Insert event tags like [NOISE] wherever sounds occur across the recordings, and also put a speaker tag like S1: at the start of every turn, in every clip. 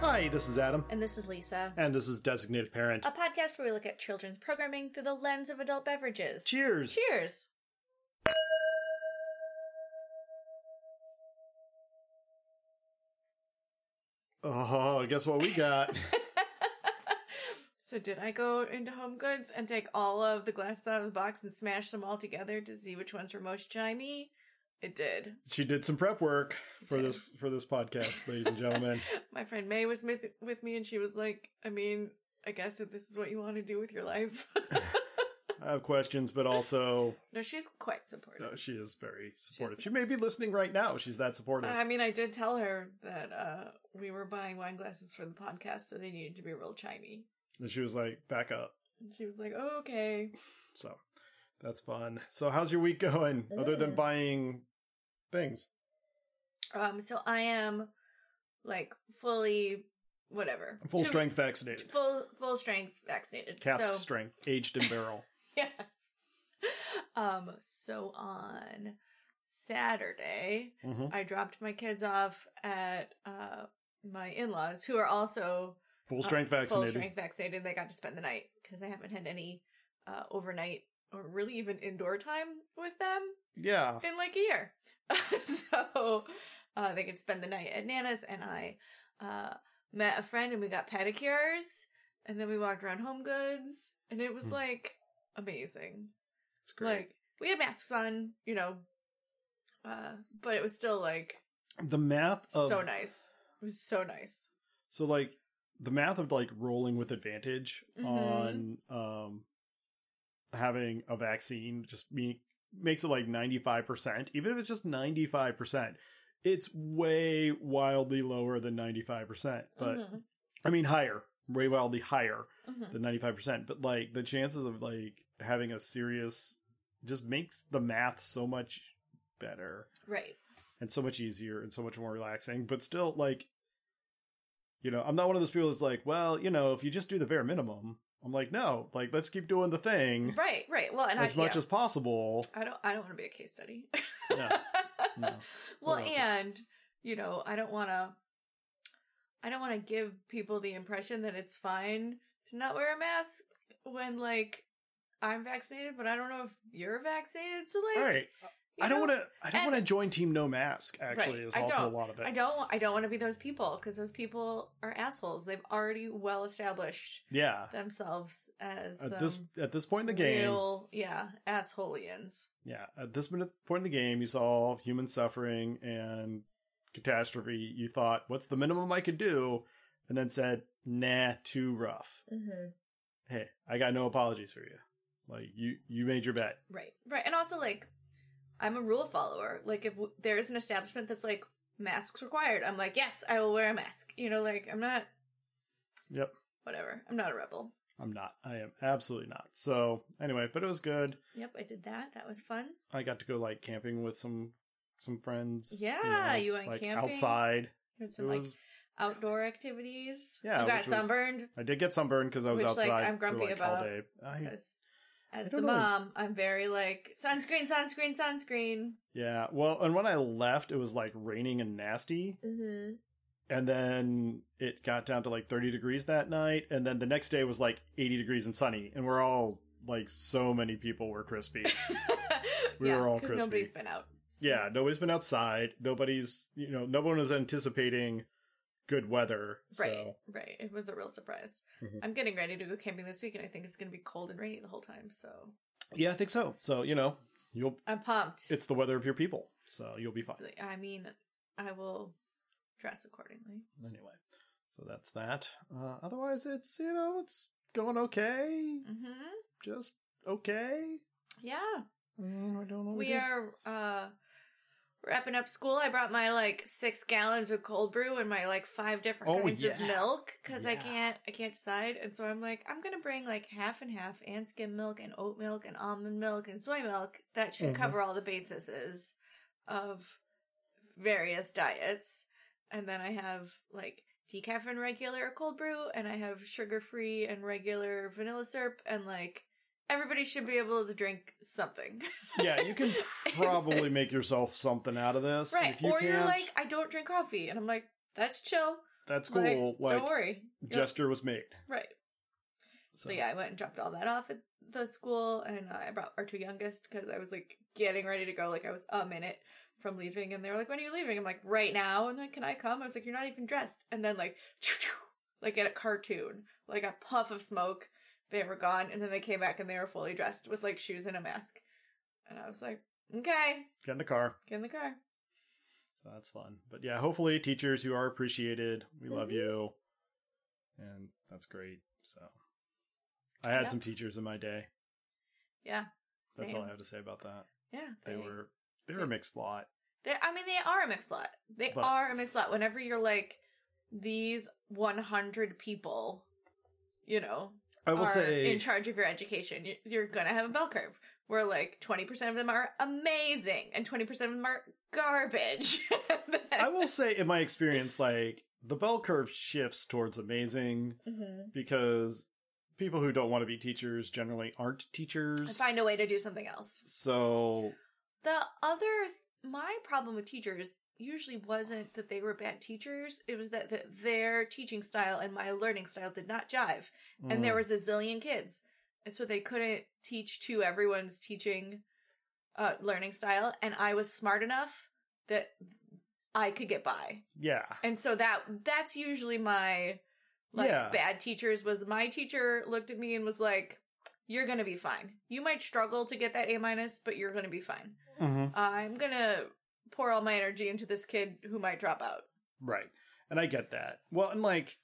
S1: Hi, this is Adam.
S2: And this is Lisa,
S1: And this is Designated Parent.
S2: a podcast where we look at children's programming through the lens of adult beverages.
S1: Cheers!
S2: Cheers.
S1: Oh, guess what we got?
S2: [LAUGHS]
S1: [LAUGHS]
S2: So, did I go into Home Goods and take all of the glasses out of the box and smash them all together to see which ones were most chimey? It did.
S1: she did some prep work for this for this podcast, ladies and
S2: [LAUGHS]
S1: gentlemen.
S2: My friend May was with, with me and she was like, I mean, I guess if this is what you want to do with your life. [LAUGHS]
S1: I have questions, but also
S2: no, she's quite supportive.
S1: no, she is very supportive. She may be listening right now. She's that supportive.
S2: I mean, I did tell her that uh, we were buying wine glasses for the podcast, so they needed to be real chimey.
S1: and she was like, "Back up."
S2: And she was like, oh, okay.
S1: So that's fun. So how's your week going? Other than
S2: Ugh.
S1: buying things,
S2: Um, so I am like fully whatever.
S1: I'm full
S2: Two-
S1: strength vaccinated,
S2: Full full strength vaccinated.
S1: cask
S2: so,
S1: strength, aged in barrel.
S2: [LAUGHS] Yes. Um, so on Saturday,
S1: hmm
S2: I dropped my kids off at uh my in-laws who are also
S1: Full strength vaccinated.
S2: Uh, full strength vaccinated. They got to spend the night because I haven't had any uh overnight or really even indoor time with them.
S1: Yeah.
S2: in like a year. [LAUGHS] so uh, they could spend the night at Nana's, and I uh, met a friend, and we got pedicures, and then we walked around Home Goods, and it was
S1: Hmm.
S2: like amazing.
S1: It's great.
S2: Like we had masks on, you know, uh, but it was still like
S1: the math of
S2: so nice. It was so nice.
S1: So like the math of like rolling with advantage on um having a vaccine just me makes it like 95%, even if it's just 95%. It's way wildly lower than 95%, but
S2: Mhm.
S1: I mean higher, way wildly higher
S2: Mhm.
S1: than 95%, but like the chances of like having a serious just makes the math so much better
S2: right.
S1: and so much easier and so much more relaxing. But still, like, you know, I'm not one of those people that's like, well, you know, if you just do the bare minimum, I'm like, no, like, let's keep doing the thing
S2: Right. Right. Well, and
S1: as
S2: I,
S1: much
S2: yeah.
S1: as possible.
S2: I don't. I don't want to be a case study.
S1: No,
S2: [LAUGHS]
S1: no.
S2: well,
S1: Well, it's-
S2: and you know, I don't want to. I don't want to give people the impression that it's fine to not wear a mask when, like, I'm vaccinated, but I don't know if you're vaccinated. So, like,
S1: All right. I don't want to. I don't
S2: and-
S1: want to join Team No Mask. Actually,
S2: Right,
S1: is
S2: I
S1: also a
S2: don't.
S1: lot of it.
S2: I don't. wa- I don't want to be those people because those people are assholes. They've already well established
S1: Yeah.
S2: themselves as
S1: At this
S2: um,
S1: at this point in the game,
S2: real, yeah, assholians.
S1: yeah. At this minute point in the game, you saw human suffering and catastrophe. You thought, "What's the minimum I could do?" And then said, "Nah, too rough."
S2: Mm-hmm.
S1: hey, I got no apologies for you. Like you, you made your bet.
S2: Right. Right. And also, like, I'm a rule follower. Like, if w- there's an establishment that's like, masks required, I'm like, yes, I will wear a mask. You know, like, I'm not.
S1: Yep.
S2: Whatever. I'm not a rebel.
S1: I'm not. I am absolutely not. So anyway, but it was good.
S2: Yep. I did that. That was fun.
S1: I got to go like camping with some some friends.
S2: Yeah, you went
S1: like,
S2: camping.
S1: outside.
S2: We had
S1: It
S2: some, like,
S1: was.
S2: outdoor activities.
S1: Yeah,
S2: You got
S1: which was-
S2: sunburned.
S1: I did get sunburned because I was
S2: Which, like,
S1: outside.
S2: I'm grumpy
S1: for, like,
S2: about.
S1: All day. I,
S2: As, as the
S1: don't know.
S2: mom, I'm very like, sunscreen, sunscreen, sunscreen.
S1: yeah. Well, and when I left, it was like raining and nasty. [LAUGHS]
S2: [LAUGHS] Mm-hmm.
S1: And then it got down to like 30 degrees that night. And then the next day was like 80 degrees and sunny. And we're all like, so many people were crispy. We were all crispy.
S2: nobody's been out. So-
S1: Yeah, nobody's been outside. Nobody's, you know, no one is anticipating good weather.
S2: Right,
S1: So
S2: right. It was a real surprise.
S1: Mhm.
S2: I'm getting ready to go camping this week, and I think it's going to be cold and rainy the whole time. So
S1: yeah, I think so. So you know, you'll
S2: I'm pumped.
S1: it's the weather of your people, so you'll be fine.
S2: So, I mean, I will dress accordingly.
S1: Anyway, so that's that. Uh, otherwise, it's you know, it's going okay,
S2: hmm
S1: just okay.
S2: Yeah,
S1: I mean, we're doing what we,
S2: we
S1: do.
S2: are uh, wrapping up school, I brought my like six gallons of cold brew and my like five different
S1: Oh,
S2: kinds of
S1: yeah.
S2: milk because I
S1: Yeah.
S2: can't I can't decide. And so I'm like, I'm gonna bring like half and half and skim milk and oat milk and almond milk and soy milk. That should
S1: Mhm.
S2: cover all the bases of various diets. And then I have like decaf and regular cold brew and I have sugar free and regular vanilla syrup and like everybody should be able to drink something.
S1: [LAUGHS] yeah, you
S2: [LAUGHS]
S1: can probably
S2: Yes.
S1: make yourself something out of this. And
S2: Right.
S1: If you
S2: or
S1: can't,
S2: you're like, I don't drink coffee. And I'm like, that's chill.
S1: that's
S2: like,
S1: cool. Like,
S2: don't worry. You're-
S1: gesture was made.
S2: Right. So. yeah, I went and dropped all that off at the school and uh, I brought our two youngest because I was like getting ready to go. Like I was a minute from leaving and they were like, when are you leaving? I'm like, right now. And then can I come? I was like, you're not even dressed. And then like, [LAUGHS] like at a cartoon, like a puff of smoke. They were gone. And then they came back and they were fully dressed with like shoes and a mask. And I was like, okay,
S1: Get in the car.
S2: get in the car.
S1: So that's fun. But yeah, hopefully teachers who are appreciated, we love
S2: Mhm.
S1: you. And that's great. So I had
S2: Yeah.
S1: some teachers in my day.
S2: Yeah.
S1: That's
S2: same.
S1: all I have to say about that.
S2: Yeah.
S1: They were they were a mixed lot.
S2: They, I mean, they are a mixed lot. They
S1: But-
S2: are a mixed lot. Whenever you're like these 100 people, you know,
S1: I will
S2: are
S1: say
S2: in charge of your education, you- you're gonna have a bell curve where like 20% of them are amazing and 20% of them are garbage. [LAUGHS]
S1: I will say in my experience, like the bell curve shifts towards amazing
S2: Mhm.
S1: because people who don't want to be teachers generally aren't teachers.
S2: find a way to do something else.
S1: So
S2: The other my problem with teachers usually wasn't that they were bad teachers. It was that, that their teaching style and my learning style did not jive.
S1: mm,
S2: and there was a zillion kids and so they couldn't teach to everyone's teaching uh learning style and i was smart enough that i could get by
S1: yeah.
S2: and so that that's usually my like
S1: Yeah.
S2: bad teachers was my teacher looked at me and was like you're gonna be fine you might struggle to get that a minus but you're gonna be fine
S1: Mhm.
S2: i'm gonna pour all my energy into this kid who might drop out
S1: Right. And I get that. Well, and like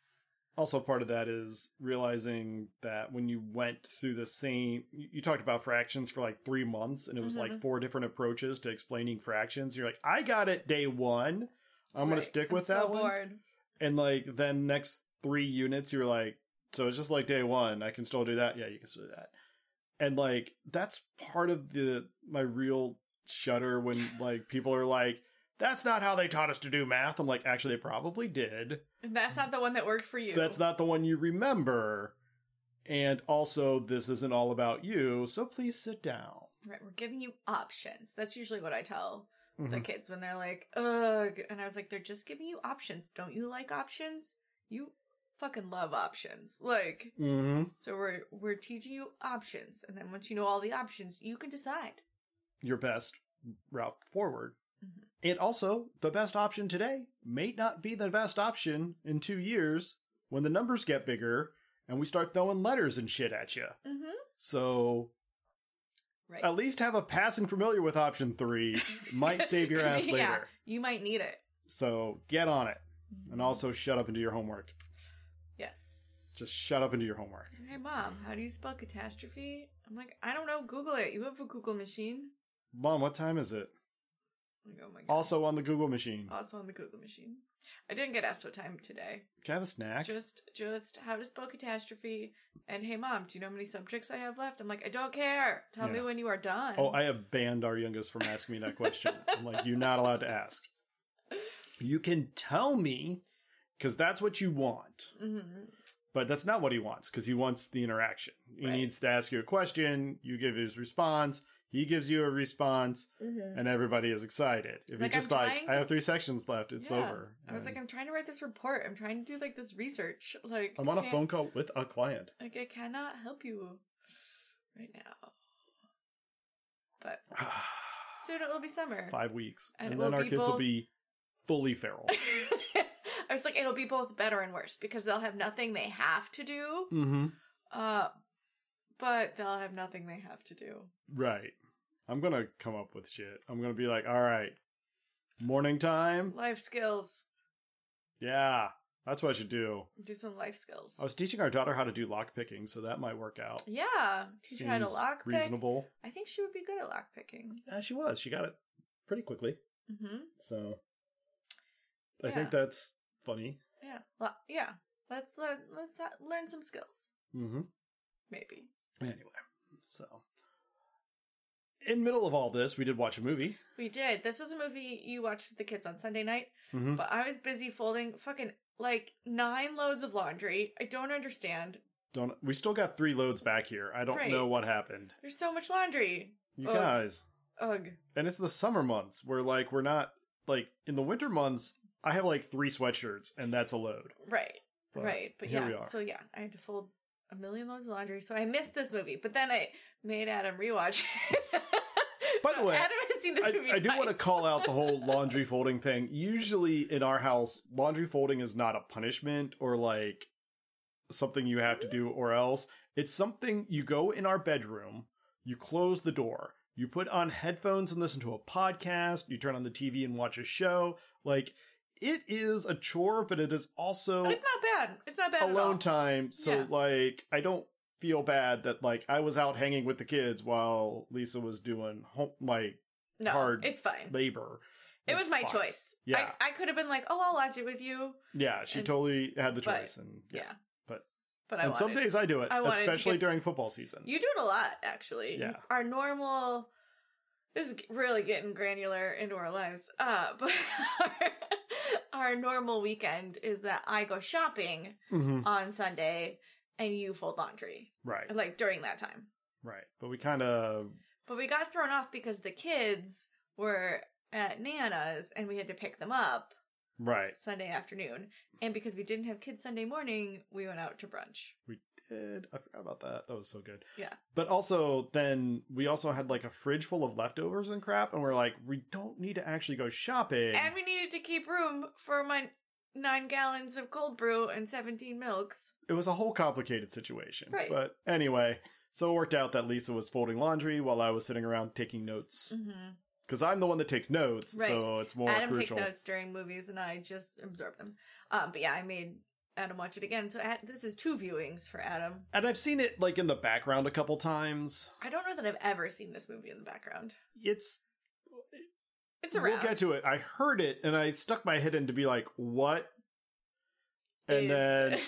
S1: also part of that is realizing that when you went through the same you you talked about fractions for like 3 months and it was like
S2: Mhm.
S1: four different approaches to explaining fractions. You're like, "I got it day 1. I'm going
S2: Right.
S1: to stick
S2: I'm
S1: with
S2: so
S1: that one."
S2: bored.
S1: And like then next 3 units you're like, "So it's just like day 1. I can still do that." Yeah, you can still do that. And like that's part of the my real shudder when like people are like that's not how they taught us to do math. I'm like, actually, they probably did.
S2: that's not the one that worked for you
S1: That's not the one you remember. And also, this isn't all about you, so please sit down.
S2: Right, we're giving you options. That's usually what I tell the
S1: Mhm.
S2: kids when they're like, ugh. And I was like, they're just giving you options. Don't you like options? You fucking love options. Like,
S1: Mhm.
S2: so we're we're teaching you options. And then once you know all the options, you can decide.
S1: Your best route forward.
S2: Mhm.
S1: And also, the best option today may not be the best option in two years when the numbers get bigger and we start throwing letters and shit at you.
S2: Mm-hmm.
S1: So,
S2: Right.
S1: at least have a passing familiar with option
S2: [LAUGHS]
S1: three. Might save your
S2: 'Cause,
S1: ass
S2: [LAUGHS] yeah,
S1: later.
S2: You might need it.
S1: So, get on it. And also, shut up and do your homework.
S2: Yes.
S1: Just shut up and do your homework.
S2: Hey mom, how do you spell catastrophe? I'm like, I don't know, Google it. You have a Google machine.
S1: Mom, what time is it?
S2: I'm like, oh my god.
S1: Also on the Google machine.
S2: also on the Google machine. I didn't get asked what time today.
S1: Can I have a snack?
S2: just just how to spell catastrophe and hey mom do you know how many subjects i have left i'm like i don't care tell me
S1: Yeah.
S2: when you are done [LAUGHS]
S1: Oh, I have banned our youngest from asking me that question. I'm like, you're not allowed to ask. You can tell me because that's what you want,
S2: Mhm.
S1: but that's not what he wants because he wants the interaction. He
S2: Right.
S1: needs to ask you a question, you give his response, he gives you a response,
S2: Mm-hmm.
S1: and everybody is excited. If
S2: Like,
S1: you
S2: I'm
S1: just like,
S2: trying
S1: I
S2: to-
S1: have three sections left, it's
S2: Yeah.
S1: over.
S2: i
S1: And
S2: was like i'm trying to write this report i'm trying to do like this research like
S1: I'm on
S2: I
S1: a
S2: can't-
S1: phone call with a client. [SIGHS]
S2: like i cannot help you right now but soon it will be summer
S1: Five weeks.
S2: And
S1: And,
S2: it
S1: then
S2: will
S1: our
S2: be
S1: kids will
S2: both-
S1: be fully feral.
S2: [LAUGHS] i was like it'll be both better and worse because they'll have nothing they have to do
S1: mm-hmm.
S2: uh but they'll have nothing they have to do
S1: Right. I'm gonna come up with shit. I'm gonna be like, all right, morning time.
S2: life skills
S1: Yeah, that's what I should do.
S2: do some life skills
S1: I was teaching our daughter how to do lock picking, so that might work out.
S2: Yeah, teach her how to
S1: Seems
S2: lock pick.
S1: Reasonable.
S2: I think she would be good at lock picking.
S1: Yeah, she was. She got it pretty quickly.
S2: hmm
S1: So I
S2: Yeah.
S1: think that's funny.
S2: Yeah. Well, yeah. Let's learn. Let's ha- learn some skills.
S1: Mm-hmm.
S2: Maybe.
S1: Anyway, so in middle of all this, we did watch a movie.
S2: We did. This was a movie you watched with the kids on Sunday night,
S1: Mm-hmm.
S2: but I was busy folding fucking like nine loads of laundry. I don't understand.
S1: Don't we still got three loads back here? I don't
S2: Right.
S1: know what happened,
S2: There's so much laundry.
S1: you
S2: Ugh.
S1: guys.
S2: Ugh.
S1: And it's the summer months where like we're not like in the winter months. I have like three sweatshirts, and that's a load.
S2: Right.
S1: But
S2: right. [LAUGHS] But
S1: here
S2: yeah.
S1: we are.
S2: So yeah, I had to fold a million loads of laundry. So I missed this movie, but then I made Adam rewatch. it. [LAUGHS]
S1: By
S2: So
S1: the way,
S2: Adam has seen this
S1: I,
S2: movie.
S1: I do want to
S2: twice.
S1: call out the
S2: [LAUGHS]
S1: whole laundry folding thing. Usually in our house, laundry folding is not a punishment or like something you have to do or else. It's something you go in our bedroom, you close the door, you put on headphones and listen to a podcast, you turn on the TV and watch a show. Like it is a chore, but it is also
S2: But it's not bad. It's not bad. at all.
S1: alone time. So
S2: Yeah.
S1: like I don't feel bad that like I was out hanging with the kids while Lisa was doing home like
S2: No,
S1: hard
S2: it's fine.
S1: labor.
S2: It
S1: It's
S2: was my
S1: fine.
S2: choice.
S1: Yeah.
S2: I, I could have been like, oh, I'll watch it with you.
S1: Yeah, she
S2: And-
S1: totally had the
S2: but-
S1: choice, and
S2: Yeah.
S1: yeah. but-
S2: but I
S1: and some
S2: wanted-
S1: days I do it,
S2: I wanted to
S1: especially
S2: get-
S1: during football season.
S2: you do it a lot, actually.
S1: Yeah.
S2: Our normal. This is really getting granular into our lives. Uh, [LAUGHS] but our, our normal weekend is that I go shopping
S1: hmm
S2: on Sunday and you fold laundry,
S1: Right,
S2: like during that time.
S1: right. But we kind of
S2: But we got thrown off because the kids were at Nana's and we had to pick them up
S1: right
S2: Sunday afternoon. And because we didn't have kids Sunday morning, we went out to brunch.
S1: did. I forgot about that. That was so good.
S2: Yeah.
S1: But also, then we also had like a fridge full of leftovers and crap, and we're like, we don't need to actually go shopping.
S2: And we needed to keep room for my nine gallons of cold brew and 17 milks.
S1: it was a whole complicated situation.
S2: Right.
S1: But anyway, so it worked out that Lisa was folding laundry while I was sitting around taking notes
S2: Mm-hmm.
S1: because I'm the one that takes notes,
S2: Right.
S1: so it's more
S2: Adam
S1: crucial.
S2: takes notes during movies and I just absorb them. Um, but yeah, I made Adam watch it again. So Ad- this is two viewings for Adam.
S1: And I've seen it like in the background a couple times.
S2: I don't know that I've ever seen this movie in the background.
S1: It's
S2: It's around.
S1: We'll get to it. I heard it and I stuck my head in to be like, what? And
S2: [LAUGHS]
S1: then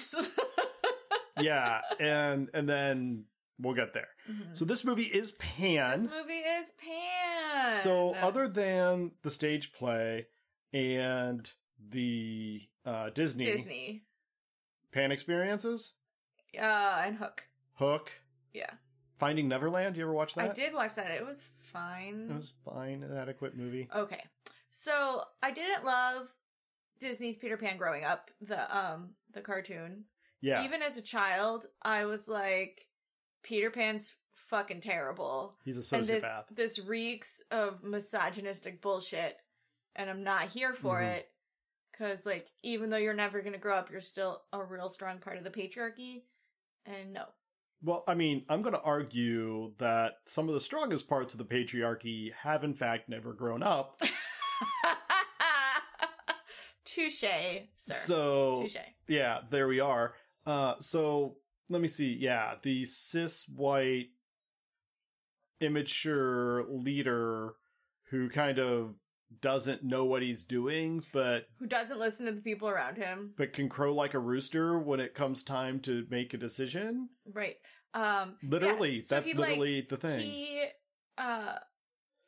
S1: yeah, and and then we'll get there.
S2: Mhm. [LAUGHS]
S1: So this movie is
S2: this
S1: Pan.
S2: movie is Pan.
S1: So other than the stage play and the uh, Disney,
S2: Disney,
S1: Pan experiences,
S2: uh, and Hook.
S1: Hook,
S2: Yeah,
S1: Finding Neverland. You ever watch that?
S2: I did watch that. It was fine.
S1: It was fine, an adequate movie.
S2: Okay. So I didn't love Disney's Peter Pan growing up, the um the cartoon.
S1: yeah,
S2: Even as a child, I was like, Peter Pan's fucking terrible.
S1: he's a
S2: and this
S1: sociopath.
S2: this reeks of misogynistic bullshit and I'm not here for
S1: Mhm.
S2: it. Cause like even though you're never gonna grow up, you're still a real strong part of the patriarchy. And no. [LAUGHS]
S1: Well, I mean, I'm going to argue that some of the strongest parts of the patriarchy have, in fact, never grown up.
S2: Touche, sir.
S1: So,
S2: Touche.
S1: yeah, there we are. Uh, so, let me see. Yeah, the cis white, immature leader who kind of doesn't know what he's doing, but
S2: Who doesn't listen to the people around him.
S1: but can crow like a rooster when it comes time to make a decision.
S2: Right. Um yeah,
S1: Literally,
S2: so
S1: that's
S2: he, like,
S1: literally the thing.
S2: He uh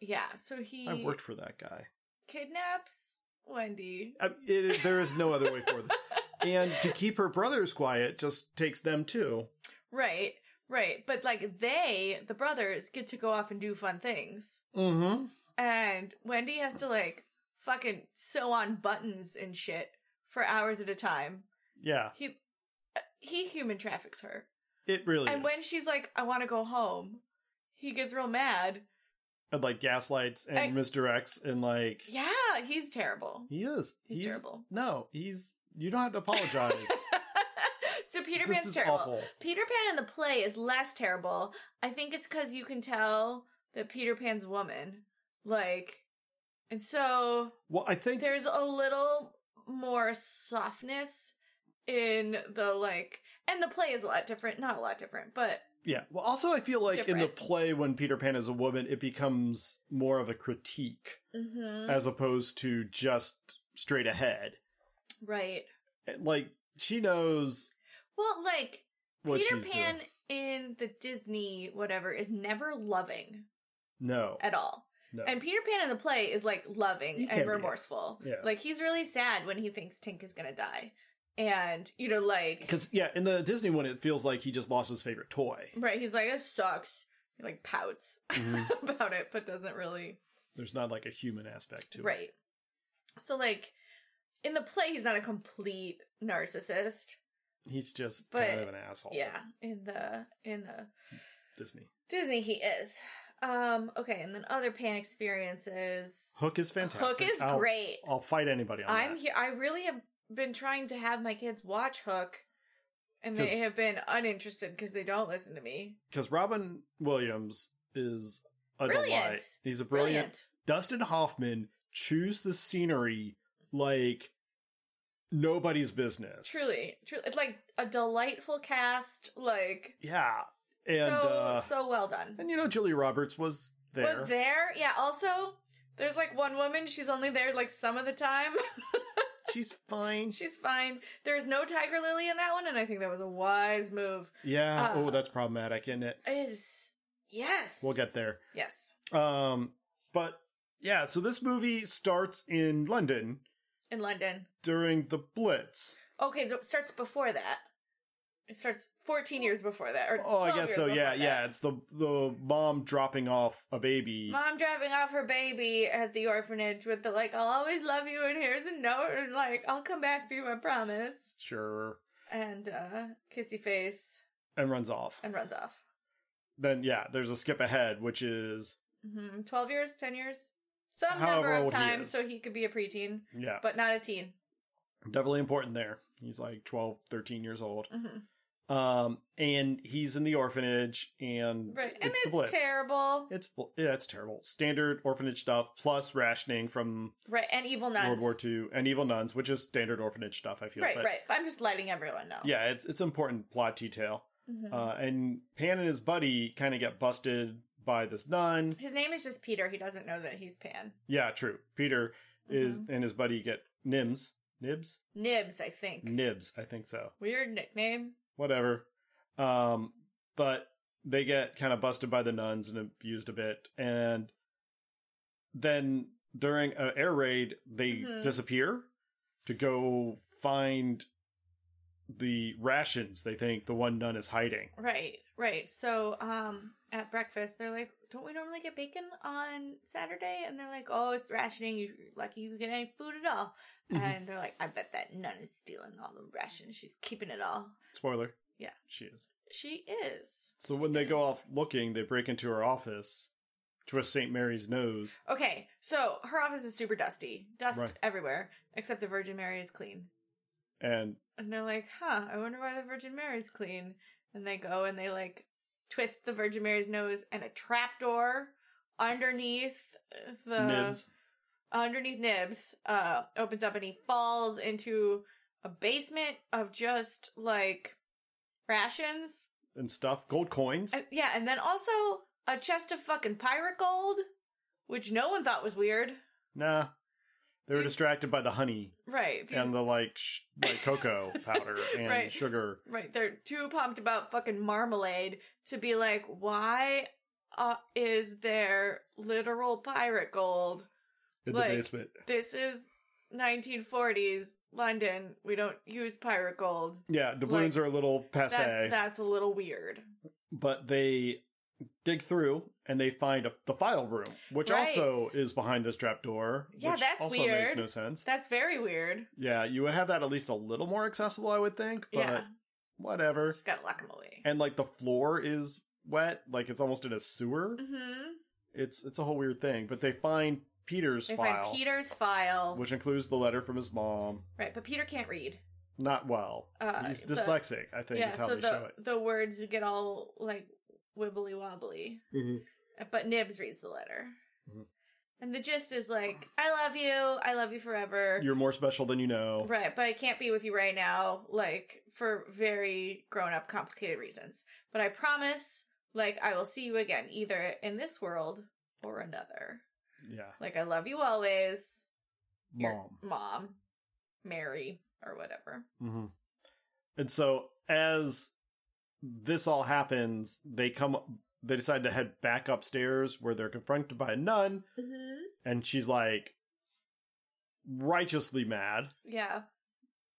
S2: yeah, so he
S1: I worked for that guy.
S2: kidnaps Wendy.
S1: I, it, there is no other way for this.
S2: [LAUGHS]
S1: and to keep her brothers quiet just takes them too.
S2: Right, right. But like they, the brothers, get to go off and do fun things.
S1: Mm-hmm.
S2: And Wendy has to like fucking sew on buttons and shit for hours at a time.
S1: Yeah,
S2: He uh, he human traffics her.
S1: it really.
S2: And
S1: is.
S2: when she's like, I want to go home, he gets real mad.
S1: and like gaslights and
S2: I-
S1: Mr. X and like
S2: Yeah, he's terrible.
S1: he is.
S2: He's, terrible. [LAUGHS]
S1: No, he's. You don't have to apologize.
S2: so [LAUGHS] Peter
S1: this
S2: Pan's
S1: is
S2: terrible.
S1: awful.
S2: Peter Pan in the play is less terrible. I think it's because you can tell that Peter Pan's a woman. Like, and so
S1: Well, I think
S2: there's a little more softness in the like, And the play is a lot different. Not a lot different, but
S1: Yeah. Well, also, I feel like in the
S2: Different.
S1: play, when Peter Pan is a woman, it becomes more of a critique
S2: mhm.
S1: as opposed to just straight ahead. Eh,
S2: right.
S1: Like, she knows
S2: Well, like
S1: what
S2: Peter
S1: she's
S2: Pan
S1: doing.
S2: in the Disney whatever is never loving
S1: No.
S2: at all.
S1: No.
S2: And Peter Pan in the play is like loving
S1: He can
S2: and
S1: be.
S2: remorseful.
S1: Yeah.
S2: Like he's really sad when he thinks Tink is gonna die. And you know, like
S1: Because, yeah, in the Disney one, it feels like he just lost his favorite toy.
S2: [LAUGHS] Right, he's like, This sucks. He like pouts [LAUGHS] about it, but doesn't really
S1: There's not like a human aspect to it.
S2: Right. So like in the play he's not a complete narcissist.
S1: He's just
S2: But-
S1: kind of an asshole.
S2: Yeah. In the in the
S1: Disney.
S2: Disney he is. Um, okay, and then other pan experiences.
S1: Hook is fantastic.
S2: Hook is
S1: I'll-
S2: great.
S1: I'll fight anybody on
S2: I'm
S1: that.
S2: here. I really have been trying to have my kids watch Hook, and they
S1: 'Cause-
S2: have been uninterested because they don't listen to me.
S1: Because Robin Williams is a
S2: Brilliant.
S1: delight. He's a brilliant
S2: Brilliant.
S1: Dustin Hoffman choose the scenery like nobody's business.
S2: Truly, truly, it's like a delightful cast. Like
S1: Yeah. And
S2: so,
S1: uh
S2: so well done.
S1: and you know Julia Roberts was there.
S2: Was there? Yeah. Also, there's like one woman. She's only there like some of the time. [LAUGHS]
S1: She's fine.
S2: she's fine. There's no Tiger Lily in that one, and I think that was a wise move.
S1: yeah.
S2: uh,
S1: oh, that's problematic, isn't it?
S2: Is yes.
S1: We'll get there.
S2: yes.
S1: Um but yeah, so this movie starts in London
S2: In London.
S1: during the Blitz.
S2: Okay, so it starts before that. It starts 14 years before that. Or
S1: Oh, I
S2: 12
S1: guess
S2: years
S1: so.
S2: before
S1: Yeah,
S2: that.
S1: yeah. It's the the mom dropping off a baby.
S2: Mom dropping off her baby at the orphanage with the, like, I'll always love you, and here's a note, and, like, I'll come back for you, I promise.
S1: Sure.
S2: And, uh, kissy face,
S1: And runs off.
S2: and runs off.
S1: Then yeah, there's a skip ahead, which is
S2: hmm 12 years, 10 years? Some
S1: However
S2: number of
S1: old he
S2: times,
S1: is.
S2: so he could be a preteen,
S1: yeah.
S2: but not a teen.
S1: definitely important there he's like 12 13 years old
S2: hmm
S1: um and he's in the orphanage and
S2: Right.
S1: it's
S2: and
S1: the
S2: it's
S1: blitz
S2: terrible.
S1: it's bl- yeah it's terrible standard orphanage stuff plus rationing from
S2: Right. And evil nuns.
S1: world war ii and evil nuns which is standard orphanage stuff i feel
S2: Right,
S1: but
S2: right. But I'm just letting everyone know.
S1: yeah it's it's important plot detail
S2: Mhm.
S1: uh and pan and his buddy kind of get busted by this nun
S2: His name is just Peter. He doesn't know that he's Pan.
S1: yeah true peter is
S2: Mhm.
S1: and his buddy get nims nibs
S2: Mm-hmm. Nibs, I think.
S1: nibs i think so
S2: Weird nickname.
S1: whatever. Um, but they get kind of busted by the nuns and abused a bit, and then during an air raid, they
S2: Mhm.
S1: disappear to go find the rations. They think the one nun is hiding.
S2: Right, right. So, um, at breakfast, they're like, "Don't we normally get bacon on Saturday?" And they're like, "Oh, it's rationing. You lucky you get any food at all."
S1: Mhm.
S2: And they're like, "I bet that nun is stealing all the rations. She's keeping it all.
S1: Spoiler.
S2: Yeah.
S1: she is.
S2: She is."
S1: So when they go
S2: Yes.
S1: off looking, they break into her office, twist Saint Mary's nose.
S2: Okay, so her office is super dusty, dust
S1: Right.
S2: everywhere, except the Virgin Mary is clean.
S1: And
S2: And they're like, huh, I wonder why the Virgin Mary's clean. And they go and they like twist the Virgin Mary's nose and a trapdoor underneath the
S1: Nibs,
S2: underneath Nibs uh opens up and he falls into a basement of just like rations.
S1: and stuff, gold coins.
S2: And- yeah, and then also a chest of fucking pirate gold, which no one thought was weird.
S1: nah, they were
S2: These-
S1: distracted by the honey.
S2: Right. these-
S1: and the like sh- like
S2: [LAUGHS]
S1: cocoa powder and
S2: Right.
S1: sugar.
S2: Right, they're too pumped about fucking marmalade to be like, why uh, is there literal pirate gold?
S1: In
S2: Like-
S1: the basement.
S2: This is 1940s London. We don't use pirate gold.
S1: Yeah, doubloons are a little passe,
S2: That's, that's a little weird.
S1: but they dig through and they find a, the file room, which
S2: Right.
S1: also is behind this trapdoor.
S2: Yeah,
S1: which
S2: that's
S1: also makes
S2: weird.
S1: no sense.
S2: That's very weird.
S1: Yeah, you would have that at least a little more accessible, I would think. But
S2: yeah,
S1: whatever.
S2: just gotta lock them away.
S1: And like the floor is wet, like it's almost in a sewer.
S2: hmm
S1: It's it's a whole weird thing. But they find Peter's
S2: They
S1: file,
S2: find Peter's file.
S1: which includes the letter from his mom.
S2: right, but Peter can't read.
S1: Not well.
S2: Uh,
S1: He's
S2: the-
S1: dyslexic, I think,
S2: yeah,
S1: is how
S2: so
S1: they
S2: the
S1: show it.
S2: the words get all like wibbly wobbly.
S1: Mm-hmm.
S2: But Nibs reads the letter.
S1: Mhm.
S2: And the gist is like, I love you. I love you forever.
S1: You're more special than you know.
S2: Right, but I can't be with you right now, like for very grown up, complicated reasons. But I promise, like, I will see you again, either in this world or another.
S1: Yeah.
S2: Like, I love you always. Your
S1: Mom.
S2: Mom. Mary, or whatever.
S1: hmm And so as this all happens, they come they decide to head back upstairs where they're confronted by a nun
S2: Mm-hmm.
S1: and she's like righteously mad
S2: Yeah.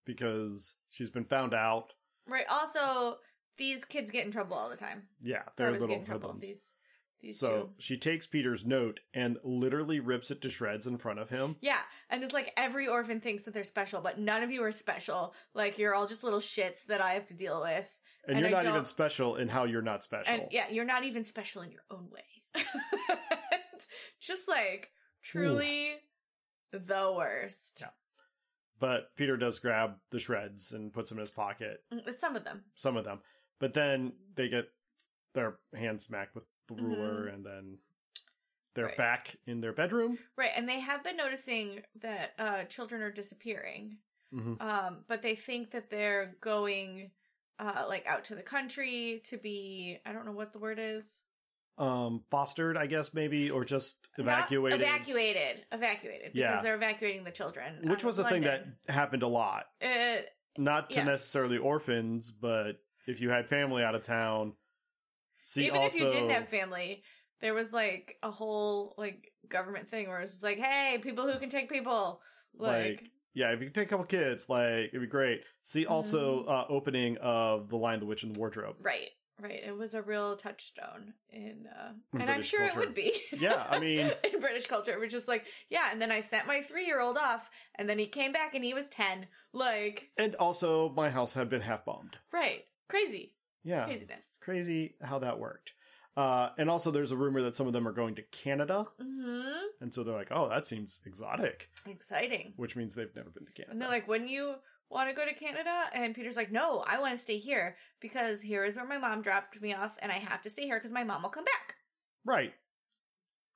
S1: because she's been found out.
S2: Right. Also, these kids get in trouble all the time.
S1: Yeah,
S2: I
S1: they're
S2: always
S1: little
S2: get in trouble.
S1: hoodlums.
S2: These, these
S1: so
S2: two.
S1: she takes Peter's note and literally rips it to shreds in front of him.
S2: Yeah, and it's like every orphan thinks that they're special, but none of you are special. Like you're all just little shits that I have to deal with.
S1: And,
S2: And
S1: you're not
S2: I don't-
S1: even special in how you're not special.
S2: And yeah, you're not even special in your own way. [LAUGHS] just like truly the worst.
S1: But Peter does grab the shreds and puts them in his pocket,
S2: Mm, Some of them.
S1: some of them. But then they get their hands smacked with the ruler and then they're
S2: Mm-hmm. Right.
S1: back in their bedroom.
S2: Right, and they have been noticing that uh children are disappearing.
S1: Mhm.
S2: Um but they think that they're going uh like out to the country to be I don't know what the word is.
S1: Um fostered, I guess maybe, or just
S2: Not-
S1: evacuated.
S2: evacuated, evacuated, because
S1: Yeah.
S2: they're evacuating the children. out
S1: which
S2: of
S1: was a thing that
S2: London.
S1: happened a lot.
S2: Uh,
S1: Not to
S2: Yes.
S1: necessarily orphans, but if you had family out of town, see
S2: even
S1: also
S2: if you didn't have family, there was like a whole like government thing where it's just like, hey, people who can take people, like,
S1: Like, yeah, if you could take a couple kids, like it'd be great. See also
S2: Mm.
S1: uh, opening of the Lion, the Witch, and the Wardrobe.
S2: right, right. It was a real touchstone in, uh,
S1: In
S2: and I'm
S1: British
S2: sure
S1: culture.
S2: it would be.
S1: [LAUGHS] Yeah,
S2: [LAUGHS]
S1: I mean-
S2: in British culture, it was just like, yeah. And then I sent my three year old off, and then he came back and he was ten, like,
S1: And also, my house had been half bombed.
S2: right, crazy,
S1: Yeah, crazy,
S2: craziness.
S1: how that worked. Uh, and also, there's a rumor that some of them are going to Canada,
S2: Hmm.
S1: and so they're like, "Oh, that seems exotic,"
S2: Exciting.
S1: which means they've never been to Canada.
S2: And they're like, wouldn't you want to go to Canada? And Peter's like, no, I want to stay here because here is where my mom dropped me off and I have to stay here because my mom will come back.
S1: "Right,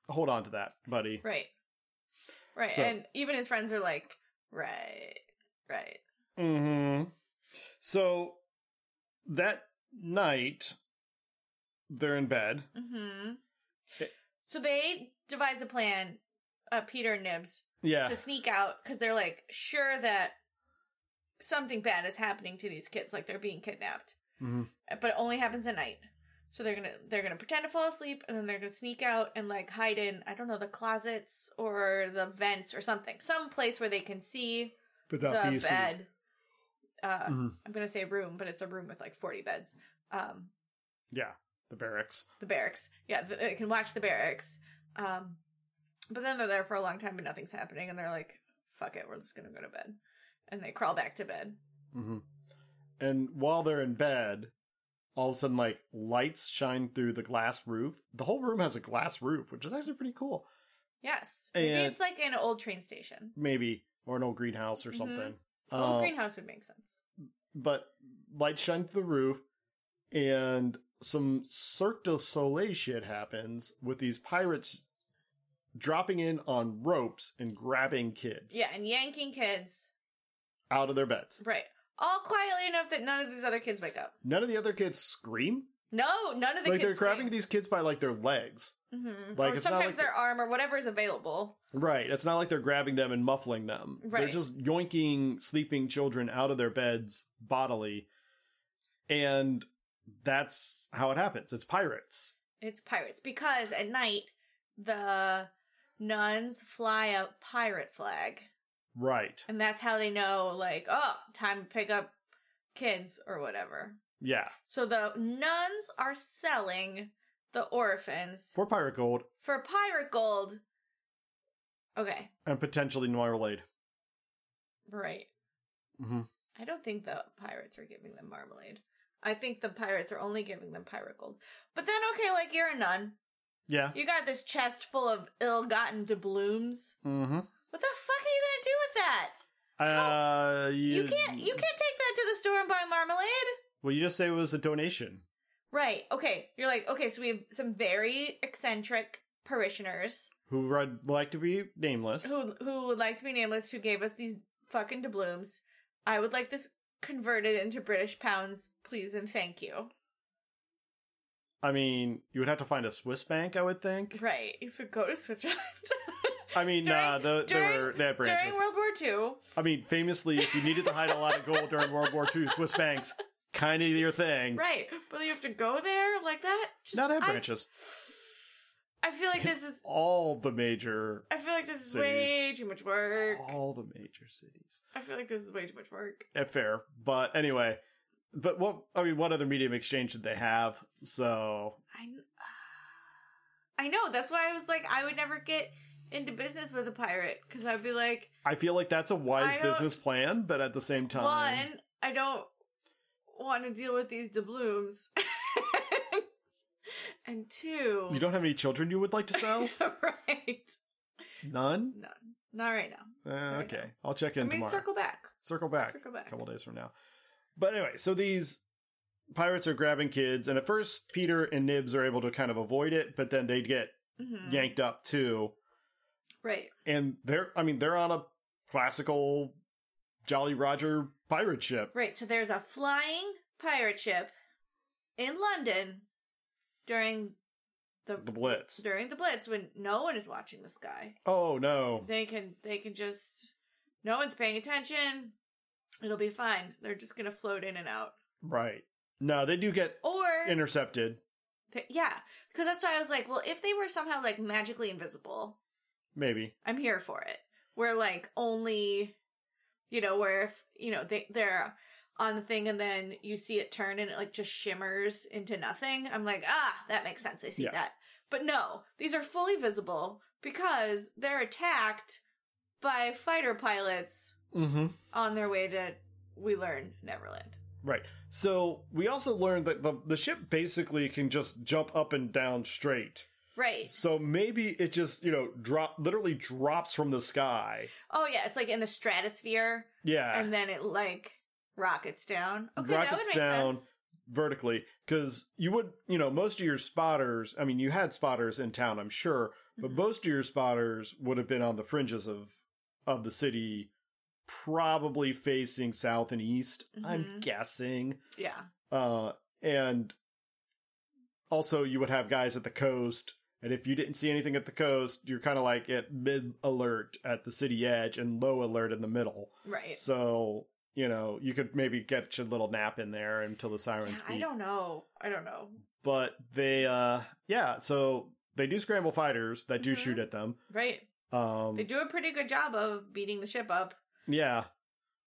S1: hold on to that, buddy."
S2: Right. Right.
S1: So-
S2: and even his friends are like, right, right.
S1: Hmm. So that night, they're in bed.
S2: Mm-hmm.
S1: It-
S2: So they devise a plan, uh, Peter and Nibs,
S1: Yeah,
S2: to sneak out because they're like sure that something bad is happening to these kids, like they're being kidnapped.
S1: Mhm.
S2: But it only happens at night. So they're gonna they're gonna pretend to fall asleep and then they're gonna sneak out and like hide in I don't know the closets or the vents or something, some place where they can see
S1: but
S2: the
S1: BC.
S2: bed. Uh,
S1: Mhm.
S2: I'm gonna say room, but it's a room with like 40 beds. Um,
S1: Yeah, the barracks.
S2: the barracks. Yeah, th- they can watch the barracks. Um, but then they're there for a long time, but nothing's happening, and they're like, "Fuck it, we're just gonna go to bed," and they crawl back to bed.
S1: Mm-hmm. And while they're in bed, all of a sudden, like lights shine through the glass roof. The whole room has a glass roof, which is actually pretty cool.
S2: Yes, maybe
S1: And-
S2: it's like an old train station.
S1: Maybe or an old greenhouse or
S2: Mhm.
S1: something.
S2: old
S1: Uh,
S2: greenhouse would make sense.
S1: But lights shine through the roof, and some Cirque du Soleil shit happens with these pirates dropping in on ropes and grabbing kids
S2: Yeah, and yanking kids,
S1: out of their beds.
S2: right? All quietly enough that none of these other kids wake up.
S1: None of the other kids scream.
S2: No, none of the
S1: like
S2: kids.
S1: they're grabbing these kids by like their legs.
S2: hmm
S1: like,
S2: or
S1: it's not
S2: sometimes
S1: like
S2: their arm or whatever is available.
S1: Right. It's not like they're grabbing them and muffling them. They're
S2: Right.
S1: just yoinking sleeping children out of their beds bodily. And that's how it happens. It's pirates.
S2: It's pirates because at night the nuns fly a pirate flag.
S1: Right.
S2: And that's how they know, like, oh, time to pick up kids or whatever.
S1: Yeah.
S2: So the nuns are selling the orphans
S1: For pirate gold
S2: for pirate gold. Okay,
S1: and potentially marmalade.
S2: right.
S1: hmm
S2: I don't think the pirates are giving them marmalade. I think the pirates are only giving them pirate gold. But then, okay, like, you're a nun.
S1: Yeah.
S2: You got this chest full of ill gotten doubloons.
S1: Mm-hmm.
S2: What the fuck are you gonna do with that?
S1: Uh,
S2: You can't you can't take that to the store and buy marmalade.
S1: Well, you just say it was a donation.
S2: Right. Okay. You're like, okay, so we have some very eccentric parishioners
S1: who would like to be nameless.
S2: who who would like to be nameless who gave us these fucking doubloons. I would like this converted into British pounds, please and thank you.
S1: I mean, you would have to find a Swiss bank, I would think.
S2: Right, if we go to Switzerland [LAUGHS]
S1: I mean,
S2: During-
S1: nah, the,
S2: during-
S1: there were, they had branches.
S2: during World War Two,
S1: I mean, famously, if you needed to hide a lot of gold during World War II, Swiss banks, kind of your thing.
S2: right? But you have to go there like that. Just-
S1: Now they have
S2: I-
S1: branches.
S2: I feel like this is.
S1: All the major,
S2: I feel like this is
S1: Cities. Oh.
S2: way too much work.
S1: all the major cities.
S2: I feel like this is way too much work.
S1: Eh, fair, but anyway, but what? I mean, what other medium exchange did they have? So
S2: I, kn- [SIGHS] I know. That's why I was like, I would never get into business with a pirate because I'd be like,
S1: I feel like that's a wise
S2: I don't-
S1: business plan, but at the same time,
S2: one, I don't want to deal with these doubloons, [LAUGHS] and two,
S1: you
S2: [LAUGHS]
S1: don't have any children you would like to sell?
S2: right? [LAUGHS]
S1: None.
S2: Not right now.
S1: Eh,
S2: Right
S1: okay,
S2: now.
S1: I'll check in
S2: I mean,
S1: tomorrow.
S2: circle back.
S1: circle back.
S2: Circle back.
S1: a couple days from now. But anyway, so these pirates are grabbing kids, and at first Peter and Nibs are able to kind of avoid it, but then they get
S2: Mhm.
S1: yanked up too.
S2: Right.
S1: And they're I mean, they're on a classical Jolly Roger pirate ship.
S2: Right, so there's a flying pirate ship in London during the,
S1: The Blitz.
S2: during the blitz when no one is watching the sky.
S1: Oh no.
S2: They can they can just no one's paying attention. It'll be fine. They're just going to float in and out.
S1: Right. No, they do get
S2: Or
S1: intercepted.
S2: th- yeah, cuz that's why I was like, well, if they were somehow like magically invisible,
S1: Maybe.
S2: I'm here for it. Where like only, you know, where if you know they they're on the thing and then you see it turn and it like just shimmers into nothing. I'm like, ah, that makes sense. I see
S1: Yeah.
S2: that. But no, these are fully visible because they're attacked by fighter pilots
S1: Mm-hmm.
S2: on their way to we learn Neverland.
S1: Right. So we also learned that the, the ship basically can just jump up and down straight.
S2: Right.
S1: So maybe it just, you know, drop literally drops from the sky.
S2: Oh yeah, it's like in the stratosphere
S1: Yeah,
S2: and then it like rockets down. Okay, that would
S1: Ah. Rockets
S2: make
S1: down.
S2: sense.
S1: vertically cuz you would, you know, most of your spotters, I mean you had spotters in town, I'm sure, but
S2: Mhm.
S1: most of your spotters would have been on the fringes of of the city probably facing south and east, I'm
S2: Mhm.
S1: guessing.
S2: Yeah.
S1: Uh and also you would have guys at the coast and if you didn't see anything at the coast, you're kind of like at mid alert at the city edge and low alert in the middle.
S2: Right.
S1: So, you know, you could maybe get your little nap in there until the
S2: Yeah,
S1: sirens
S2: I
S1: beep.
S2: don't know. I don't know.
S1: But they uh yeah, so they do scramble fighters that do
S2: Mhm.
S1: shoot at them.
S2: Right.
S1: Um
S2: They do a pretty good job of beating the ship up.
S1: Yeah.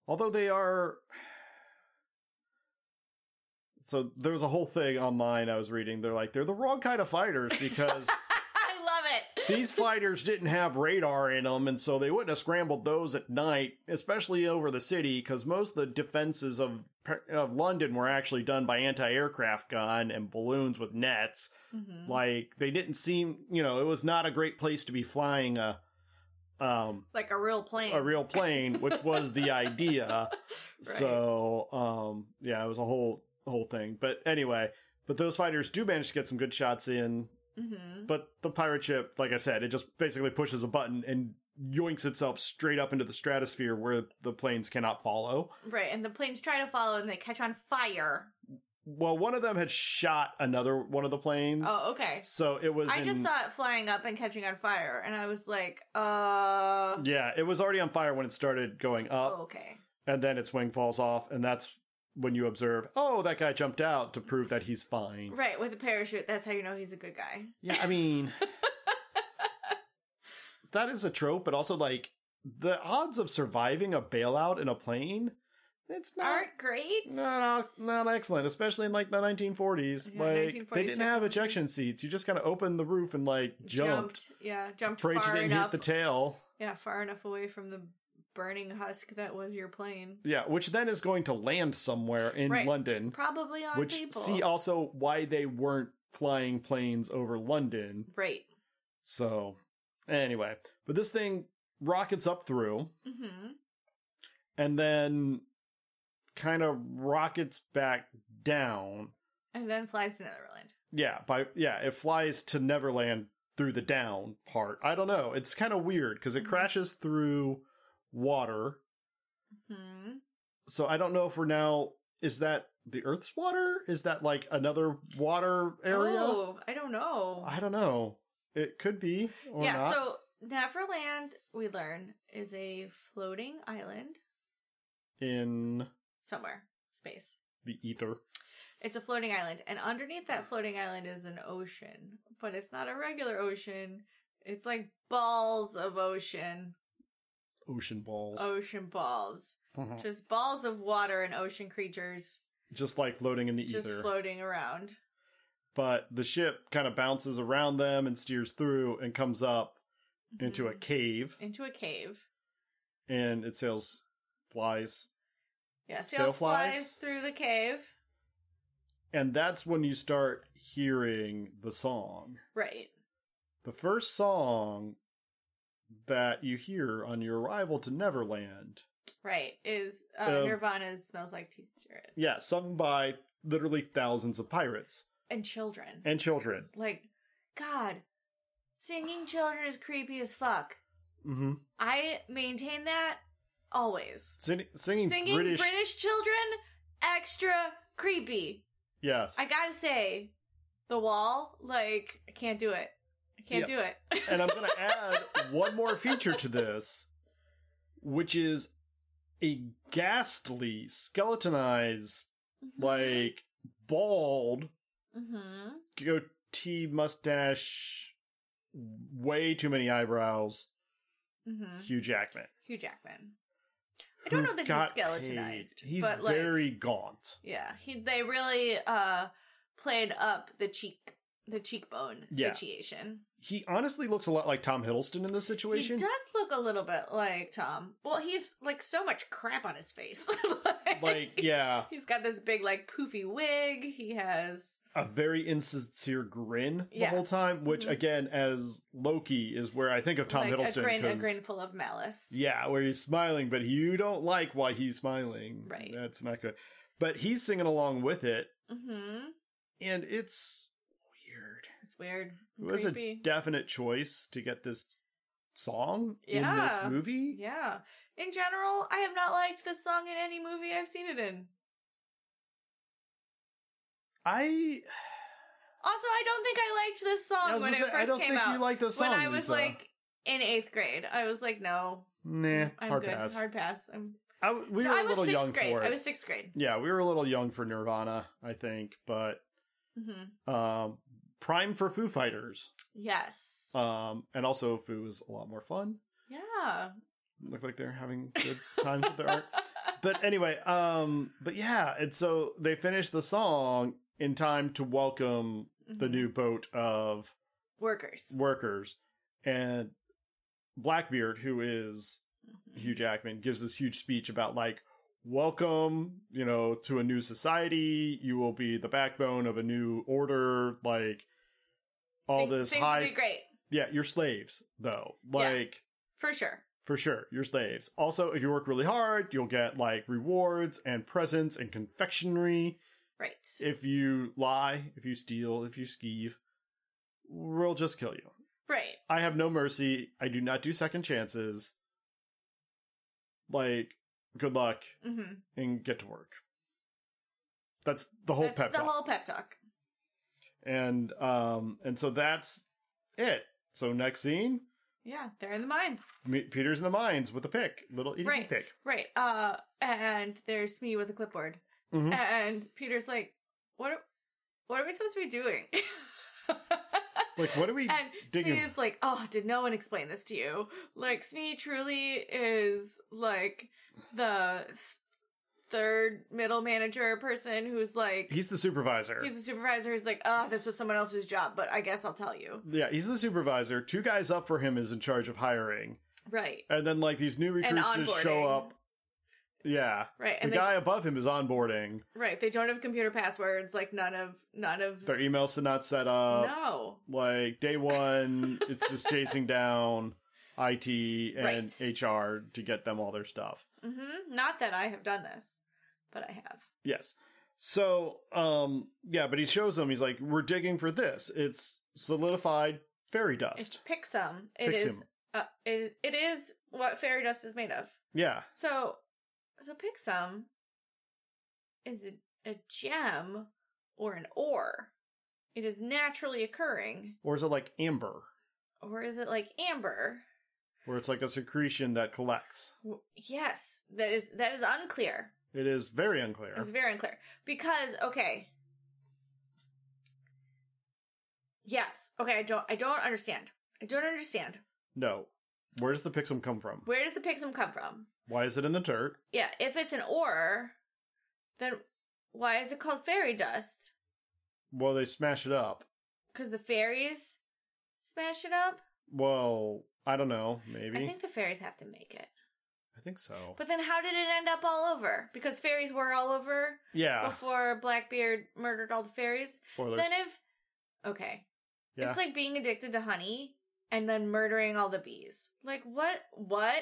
S1: Although they are [SIGHS] so there was a whole thing online I was reading. They're like they're the wrong kind of fighters
S2: [LAUGHS]
S1: because
S2: [LAUGHS] I love it. [LAUGHS]
S1: these fighters didn't have radar in them, and so they wouldn't have scrambled those at night, especially over the city, because most of the defenses of of London were actually done by anti-aircraft gun and balloons with nets.
S2: Mhm.
S1: Like they didn't seem, you know, it was not a great place to be flying a um
S2: Like a real plane.
S1: a real plane, which was the idea.
S2: [LAUGHS] Right.
S1: So, um, yeah, it was a whole whole thing. But anyway, but those fighters do manage to get some good shots in.
S2: hmm
S1: But the pirate ship, like I said, it just basically pushes a button and yoinks itself straight up into the stratosphere where the planes cannot follow.
S2: Right. And the planes try to follow and they catch on fire.
S1: Well, one of them had shot another one of the planes,
S2: Oh, okay.
S1: so it was.
S2: I
S1: in,
S2: just saw it flying up and catching on fire. And I was like, uh.
S1: Yeah, it was already on fire when it started going up,
S2: okay.
S1: and then its wing falls off, and that's when you observe, oh, that guy jumped out to prove that he's fine.
S2: Right. With a parachute. That's how you know he's a good guy.
S1: Yeah, I
S2: [LAUGHS]
S1: mean, that is a trope, but also like the odds of surviving a bailout in a plane, it's not
S2: Aren't great.
S1: not not excellent, especially in like the 1940s.
S2: Yeah,
S1: like they didn't
S2: 1947.
S1: have ejection seats; you just kind of opened the roof and like jumped.
S2: Yeah. Jumped
S1: Afraid you
S2: far
S1: didn't
S2: enough.
S1: hit the tail.
S2: yeah. Far enough away from the burning husk that was your plane.
S1: Yeah, which then is going to land somewhere in
S2: Right.
S1: London.
S2: Probably on
S1: Which
S2: people.
S1: see also why they weren't flying planes over London.
S2: right.
S1: So anyway, but this thing rockets up through.
S2: Mm-hmm.
S1: and then kind of rockets back down.
S2: And then flies to Neverland.
S1: Yeah, by yeah, it flies to Neverland through the down part. I don't know. It's kind of weird because it
S2: Mhm.
S1: crashes through water.
S2: Hmm.
S1: So I don't know if we're now is that the Earth's water? Is that like another water area?
S2: Oh, I don't know.
S1: I don't know. It could be or
S2: yeah,
S1: not.
S2: so Neverland, we learn, is a floating island
S1: in
S2: somewhere, space.
S1: the ether.
S2: It's a floating island, and underneath
S1: Hmm.
S2: that floating island is an ocean, but it's not a regular ocean. It's like balls of ocean,
S1: Ocean balls. Oh.
S2: ocean balls, just balls of water and ocean creatures
S1: [LAUGHS] just like floating in the
S2: just
S1: ether.
S2: floating around.
S1: but the ship kind of bounces around them and steers through and comes up into a
S2: Mhm.
S1: cave
S2: into a cave.
S1: and it sails flies.
S2: Yeah,
S1: Sail
S2: sails flies.
S1: flies.
S2: through the cave.
S1: And that's when you start hearing the song.
S2: Right.
S1: The first song that you hear on your arrival to Neverland.
S2: Right is uh,
S1: Um,
S2: Nirvana's "Smells Like Teen Spirit"
S1: Yeah, sung by literally thousands of pirates
S2: and children.
S1: and children.
S2: like, God, singing children is creepy as fuck.
S1: Mm-hmm.
S2: I maintain that always.
S1: Sing- singing,
S2: Singing,
S1: British,
S2: British... children, extra creepy.
S1: Yes.
S2: I gotta say, The Wall, like, I can't do it. I can't do it. [LAUGHS]
S1: and I'm going to add one more feature to this, which is a ghastly, skeletonized, like bald,
S2: hmm
S1: goatee mustache, way too many eyebrows,
S2: hmm
S1: Hugh Jackman.
S2: Hugh Jackman. I don't
S1: who
S2: know that he's
S1: got
S2: skeletonized,
S1: paid. He's
S2: but, like-
S1: very gaunt.
S2: Yeah, he. They really uh played up the cheek, the cheekbone
S1: Yeah.
S2: situation.
S1: He honestly looks a lot like Tom Hiddleston in this situation.
S2: He does look a little bit like Tom. Well, he's like so much crap on his face. [LAUGHS] like,
S1: Like, yeah,
S2: he's got this big like poofy wig. He has
S1: a very insincere grin the
S2: Yeah.
S1: whole time, which
S2: Mhm.
S1: again, as Loki, is where I think of Tom
S2: like
S1: Hiddleston.
S2: a grin, a
S1: 'cause-
S2: grin full of malice.
S1: Yeah, where he's smiling, but you don't like why he's smiling.
S2: Right.
S1: That's not good. But he's singing along with it,
S2: Mm-hmm.
S1: and it's weird.
S2: It's weird.
S1: It was a
S2: creepy.
S1: definite choice to get this song
S2: Yeah.
S1: in this movie.
S2: yeah. In general, I have not liked this song in any movie I've seen it in.
S1: I,
S2: Also, I don't think I liked this song
S1: I was
S2: when
S1: gonna
S2: it
S1: say, I
S2: first
S1: don't
S2: came
S1: think
S2: out.
S1: you like the song.
S2: when I was
S1: Lisa.
S2: like in eighth grade, I was like, no,
S1: nah,
S2: I'm
S1: Eh, hard
S2: good.
S1: pass.
S2: Hard pass. I'm.
S1: I w we
S2: no,
S1: were
S2: I
S1: a
S2: was
S1: little
S2: sixth
S1: young
S2: grade.
S1: for it.
S2: I was sixth grade.
S1: Yeah, we were a little young for Nirvana, I think, but
S2: hmm
S1: um, prime for Foo Fighters.
S2: Yes.
S1: Um, and also Foo is a lot more fun.
S2: yeah.
S1: Look like they're having good times with their
S2: [LAUGHS]
S1: art. but anyway, um, but yeah, and so they finish the song in time to welcome the
S2: [LAUGHS] Mhm.
S1: new boat of
S2: workers.
S1: workers, and Blackbeard, who is Hugh Jackman, gives this huge speech about like, welcome, you know, to a new society. You will be the backbone of a new order. Like all
S2: Think-
S1: this
S2: things
S1: high,
S2: would be great
S1: yeah, you're slaves though.
S2: Yeah.
S1: Like.
S2: for sure.
S1: For sure, you're slaves. Also, if you work really hard, you'll get like rewards and presents and confectionery.
S2: Right.
S1: If you lie, if you steal, if you skeeve, we'll just kill you.
S2: Right.
S1: I have no mercy. I do not do second chances. Like, good luck
S2: Mm-hmm.
S1: and get to work. That's the whole pep
S2: the
S1: talk.
S2: whole pep talk.
S1: and um and so that's it. So next scene,
S2: Yeah, they're in the mines.
S1: meet Peter's in the mines with a pick, little itty
S2: Right.
S1: pick.
S2: Right. Uh, and there's me with a clipboard,
S1: Mhm.
S2: [LAUGHS] and Peter's like, "What? Are, what are we supposed to be
S1: [LAUGHS]
S2: doing?"
S1: Like, what do we?
S2: And
S1: digging-
S2: Smee is like, oh, did no one explain this to you? Like, Smee truly is like the th- third middle manager person who's like,
S1: He's the supervisor.
S2: he's a supervisor who's like, oh, this was someone else's job, but I guess I'll tell you.
S1: yeah, he's the supervisor. Two guys up for him is in charge of hiring,
S2: Right.
S1: and then like these new
S2: And
S1: recruits
S2: onboarding.
S1: just show up. Yeah,
S2: Right. And
S1: the
S2: they,
S1: guy above him is onboarding.
S2: right. They don't have computer passwords. Like, none of, none of,
S1: Their emails are not set up.
S2: no.
S1: Like day
S2: [LAUGHS]
S1: one, it's just chasing down IT and
S2: Right.
S1: HR to get them all their stuff.
S2: hmm Not that I have done this, but I have.
S1: Yes. So, um, yeah, but he shows them. He's like, "We're digging for this. It's solidified fairy
S2: It's
S1: dust.
S2: Pixum. It is.
S1: Pixum.
S2: Uh, it, it is what fairy dust is made of.
S1: Yeah.
S2: So, so Pixum is a, a gem or an ore. It is naturally occurring,
S1: Or is it like amber,
S2: or is it like amber?
S1: where it's like a secretion that collects?
S2: W- Yes, that is that is unclear.
S1: It is very unclear.
S2: It's very unclear because okay. Yes. Okay. I don't. I don't understand. I don't understand.
S1: no. Where does the pixum come from?
S2: Where does the pixum come from?
S1: Why is it in the dirt?
S2: Yeah. If it's an ore, then why is it called fairy dust?
S1: Well, they smash it up.
S2: Because the fairies smash it up.
S1: Well, I don't know. Maybe.
S2: I think the fairies have to make it.
S1: I think so.
S2: But then how did it end up all over? Because fairies were all over
S1: yeah.
S2: before Blackbeard murdered all the fairies.
S1: Spoilers.
S2: Then if okay,
S1: yeah.
S2: it's like being addicted to honey and then murdering all the bees. Like what? What?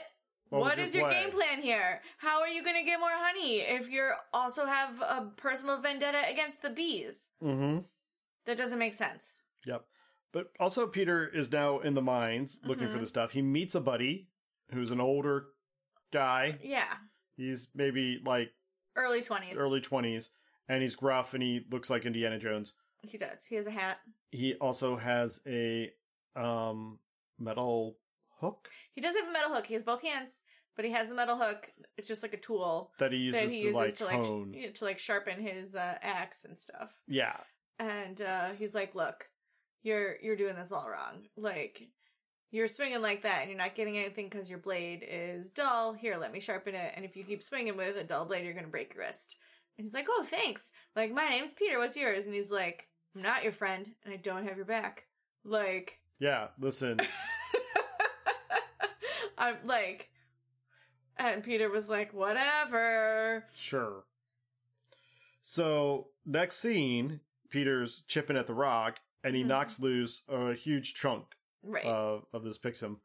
S1: What was
S2: what
S1: your
S2: is your
S1: plan?
S2: game plan here? How are you going to get more honey if you are also have a personal vendetta against the bees?
S1: mm-hmm.
S2: That doesn't make sense.
S1: Yep. But also, Peter is now in the mines looking for
S2: Mhm.
S1: the stuff. He meets a buddy who's an older guy.
S2: Yeah,
S1: He's maybe like
S2: early twenties.
S1: early 20s, and he's gruff and he looks like Indiana Jones.
S2: He does. He has a hat.
S1: He also has a um, metal hook
S2: He does have a metal hook. He has both hands, but he has a metal hook. It's just like a tool
S1: that he uses,
S2: that he
S1: to,
S2: uses
S1: like,
S2: to like [LAUGHS]
S1: hone.
S2: sh- to like sharpen his uh, axe and stuff.
S1: yeah.
S2: and uh, he's like, "Look, you're you're doing this all wrong. Like, you're swinging like that, and you're not getting anything because your blade is dull. Here, let me sharpen it. And if you keep swinging with a dull blade, you're gonna break your wrist." And he's like, "Oh, thanks. Like, my name's Peter. What's yours?" And he's like, "I'm not your friend, and I don't have your back. Like, [LAUGHS]
S1: Yeah. Listen.
S2: I'm like." And Peter was like, "Whatever."
S1: Sure. So next scene, Peter's chipping at the rock, and he
S2: Mhm.
S1: knocks loose a huge chunk
S2: Right.
S1: of of this pixum,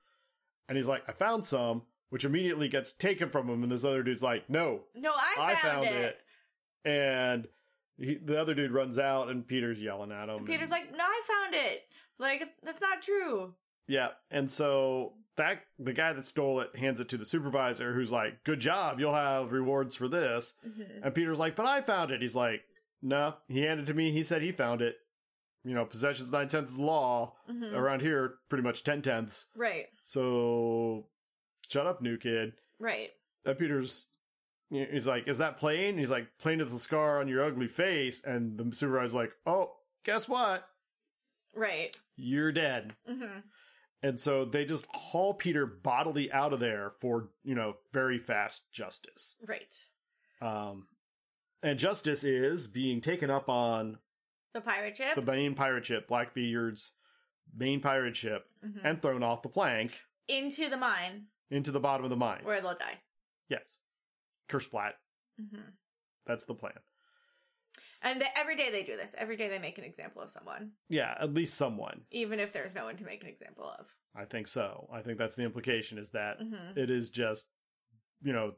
S1: and he's like, "I found some," which immediately gets taken from him, and this other dude's like, "No,
S2: no, I found,
S1: I found
S2: it.
S1: it." and he, the other dude runs out, and Peter's yelling at him.
S2: And Peter's
S1: and-
S2: like, "No, I found it. Like, that's not true."
S1: "Yeah," and so that the guy that stole it hands it to the supervisor, who's like, "Good job, you'll have rewards for this."
S2: Mm-hmm.
S1: And Peter's like, but I found it. He's like, no, he handed it to me. He said he found it. You know, possession's nine tenths of the law.
S2: Mm. Mm-hmm.
S1: Around here, pretty much ten tenths.
S2: Right,
S1: So shut up, new kid.
S2: right.
S1: And Peter's, he's like, is that plain? He's like, plain as the scar on your ugly face. And the supervisor's like, oh, guess what?
S2: Right.
S1: You're dead.
S2: Mm-hmm.
S1: And so they just haul Peter bodily out of there for, you know, very fast justice.
S2: Right.
S1: Um, and justice is being taken up on
S2: The pirate ship.
S1: the main pirate ship, Blackbeard's main pirate ship,
S2: Mhm.
S1: and thrown off the plank
S2: Into the mine
S1: into the bottom of the mine.
S2: where they'll die.
S1: Yes. Kersplat.
S2: Mm-hmm.
S1: That's the plan.
S2: And the, every day they do this. Every day they make an example of someone,
S1: Yeah, at least someone.
S2: even if there's no one to make an example of.
S1: I think so. I think that's the implication is that
S2: Mm-hmm.
S1: it is just, you know,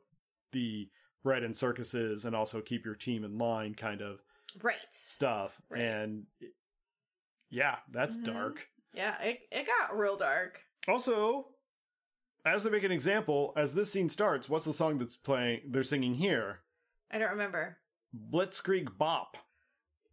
S1: the red and circuses and also keep your team in line kind of
S2: Right.
S1: stuff.
S2: Right.
S1: And yeah, that's
S2: Mhm.
S1: dark.
S2: Yeah, it, it got real dark.
S1: Also, as they make an example, as this scene starts, what's the song that's playing? They're singing here.
S2: I don't remember.
S1: Blitzkrieg Bop.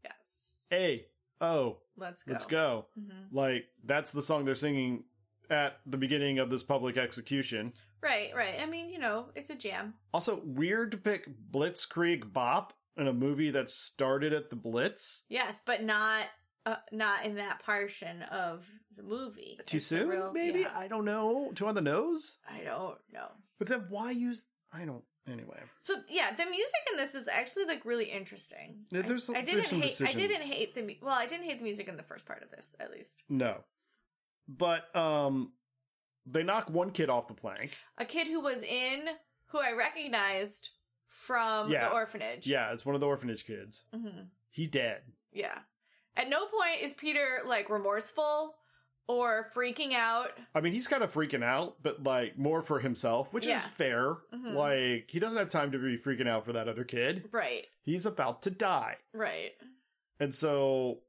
S2: Yes.
S1: Hey, oh,
S2: Let's go.
S1: let's go.
S2: Mm-hmm.
S1: Like, that's the song they're singing at the beginning of this public execution.
S2: Right, right. I mean, you know, it's a jam.
S1: Also, weird to pick Blitzkrieg Bop in a movie that started at the Blitz.
S2: Yes, but not uh, not in that portion of the movie.
S1: Too
S2: It's a
S1: soon,
S2: real-
S1: maybe?
S2: yeah.
S1: I don't know. Too on the nose?
S2: I don't know.
S1: But then why use. I don't. Anyway.
S2: So yeah, the music in this is actually like really interesting.
S1: Yeah,
S2: I-
S1: there's some-
S2: I, didn't
S1: there's some
S2: hate. I didn't
S1: decisions.
S2: hate the mu- well. I didn't hate the music in the first part of this, at least.
S1: No. But, um, they knock one kid off the plank.
S2: A kid who was in who I recognized from
S1: Yeah.
S2: the orphanage.
S1: Yeah, it's one of the orphanage kids.
S2: hmm
S1: He dead.
S2: yeah. At no point is Peter like remorseful or freaking out.
S1: I mean, he's kind of freaking out, but like more for himself, which is
S2: Yeah.
S1: fair.
S2: Mhm.
S1: Like, he doesn't have time to be freaking out for that other kid.
S2: Right.
S1: He's about to die.
S2: Right.
S1: And so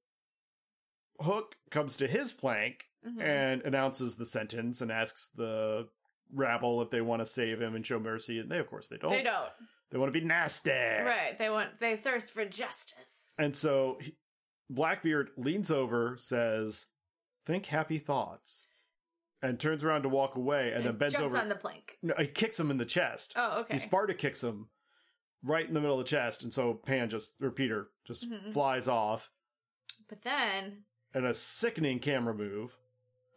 S1: Hook comes to his flank
S2: Mhm.
S1: and announces the sentence and asks the rabble if they want to save him and show mercy. And they, of course, they don't.
S2: they don't.
S1: They want to be nasty.
S2: Right. They want they thirst for justice.
S1: And so he, Blackbeard leans over, says, "Think happy thoughts," and turns around to walk away, and, then bends
S2: jumps
S1: over.
S2: on the plank.
S1: no, he kicks him in the chest.
S2: Oh, okay.
S1: He Sparta kicks him right in the middle of the chest, and so Pan just or Peter just
S2: Mhm.
S1: flies off.
S2: but then,
S1: And a sickening camera move.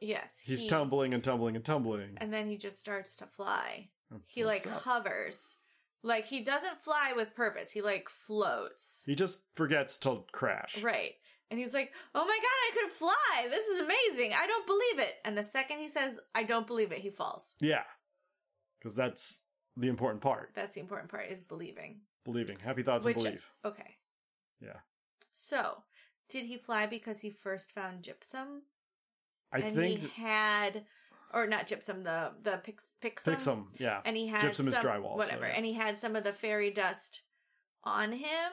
S2: yes,
S1: He's
S2: he-
S1: tumbling and tumbling and tumbling. Oh,
S2: and then he just starts to fly.
S1: And
S2: He like
S1: floats up.
S2: hovers. Like he doesn't fly with purpose. He like floats.
S1: he just forgets to crash.
S2: Right. And he's like, "Oh my god, I could fly. This is amazing. I don't believe it." And the second he says, "I don't believe it," he falls.
S1: Yeah, because that's the important part.
S2: That's the important part is believing.
S1: Believing, happy thoughts,
S2: Which-
S1: and belief.
S2: Okay.
S1: Yeah.
S2: So, did he fly because he first found gypsum?
S1: I
S2: and
S1: think
S2: he had or not gypsum, the the pix, pixum.
S1: fix them. Yeah,
S2: And he had
S1: Gypsum
S2: some,
S1: is drywall, so
S2: Whatever.
S1: yeah.
S2: And he had some of the fairy dust on him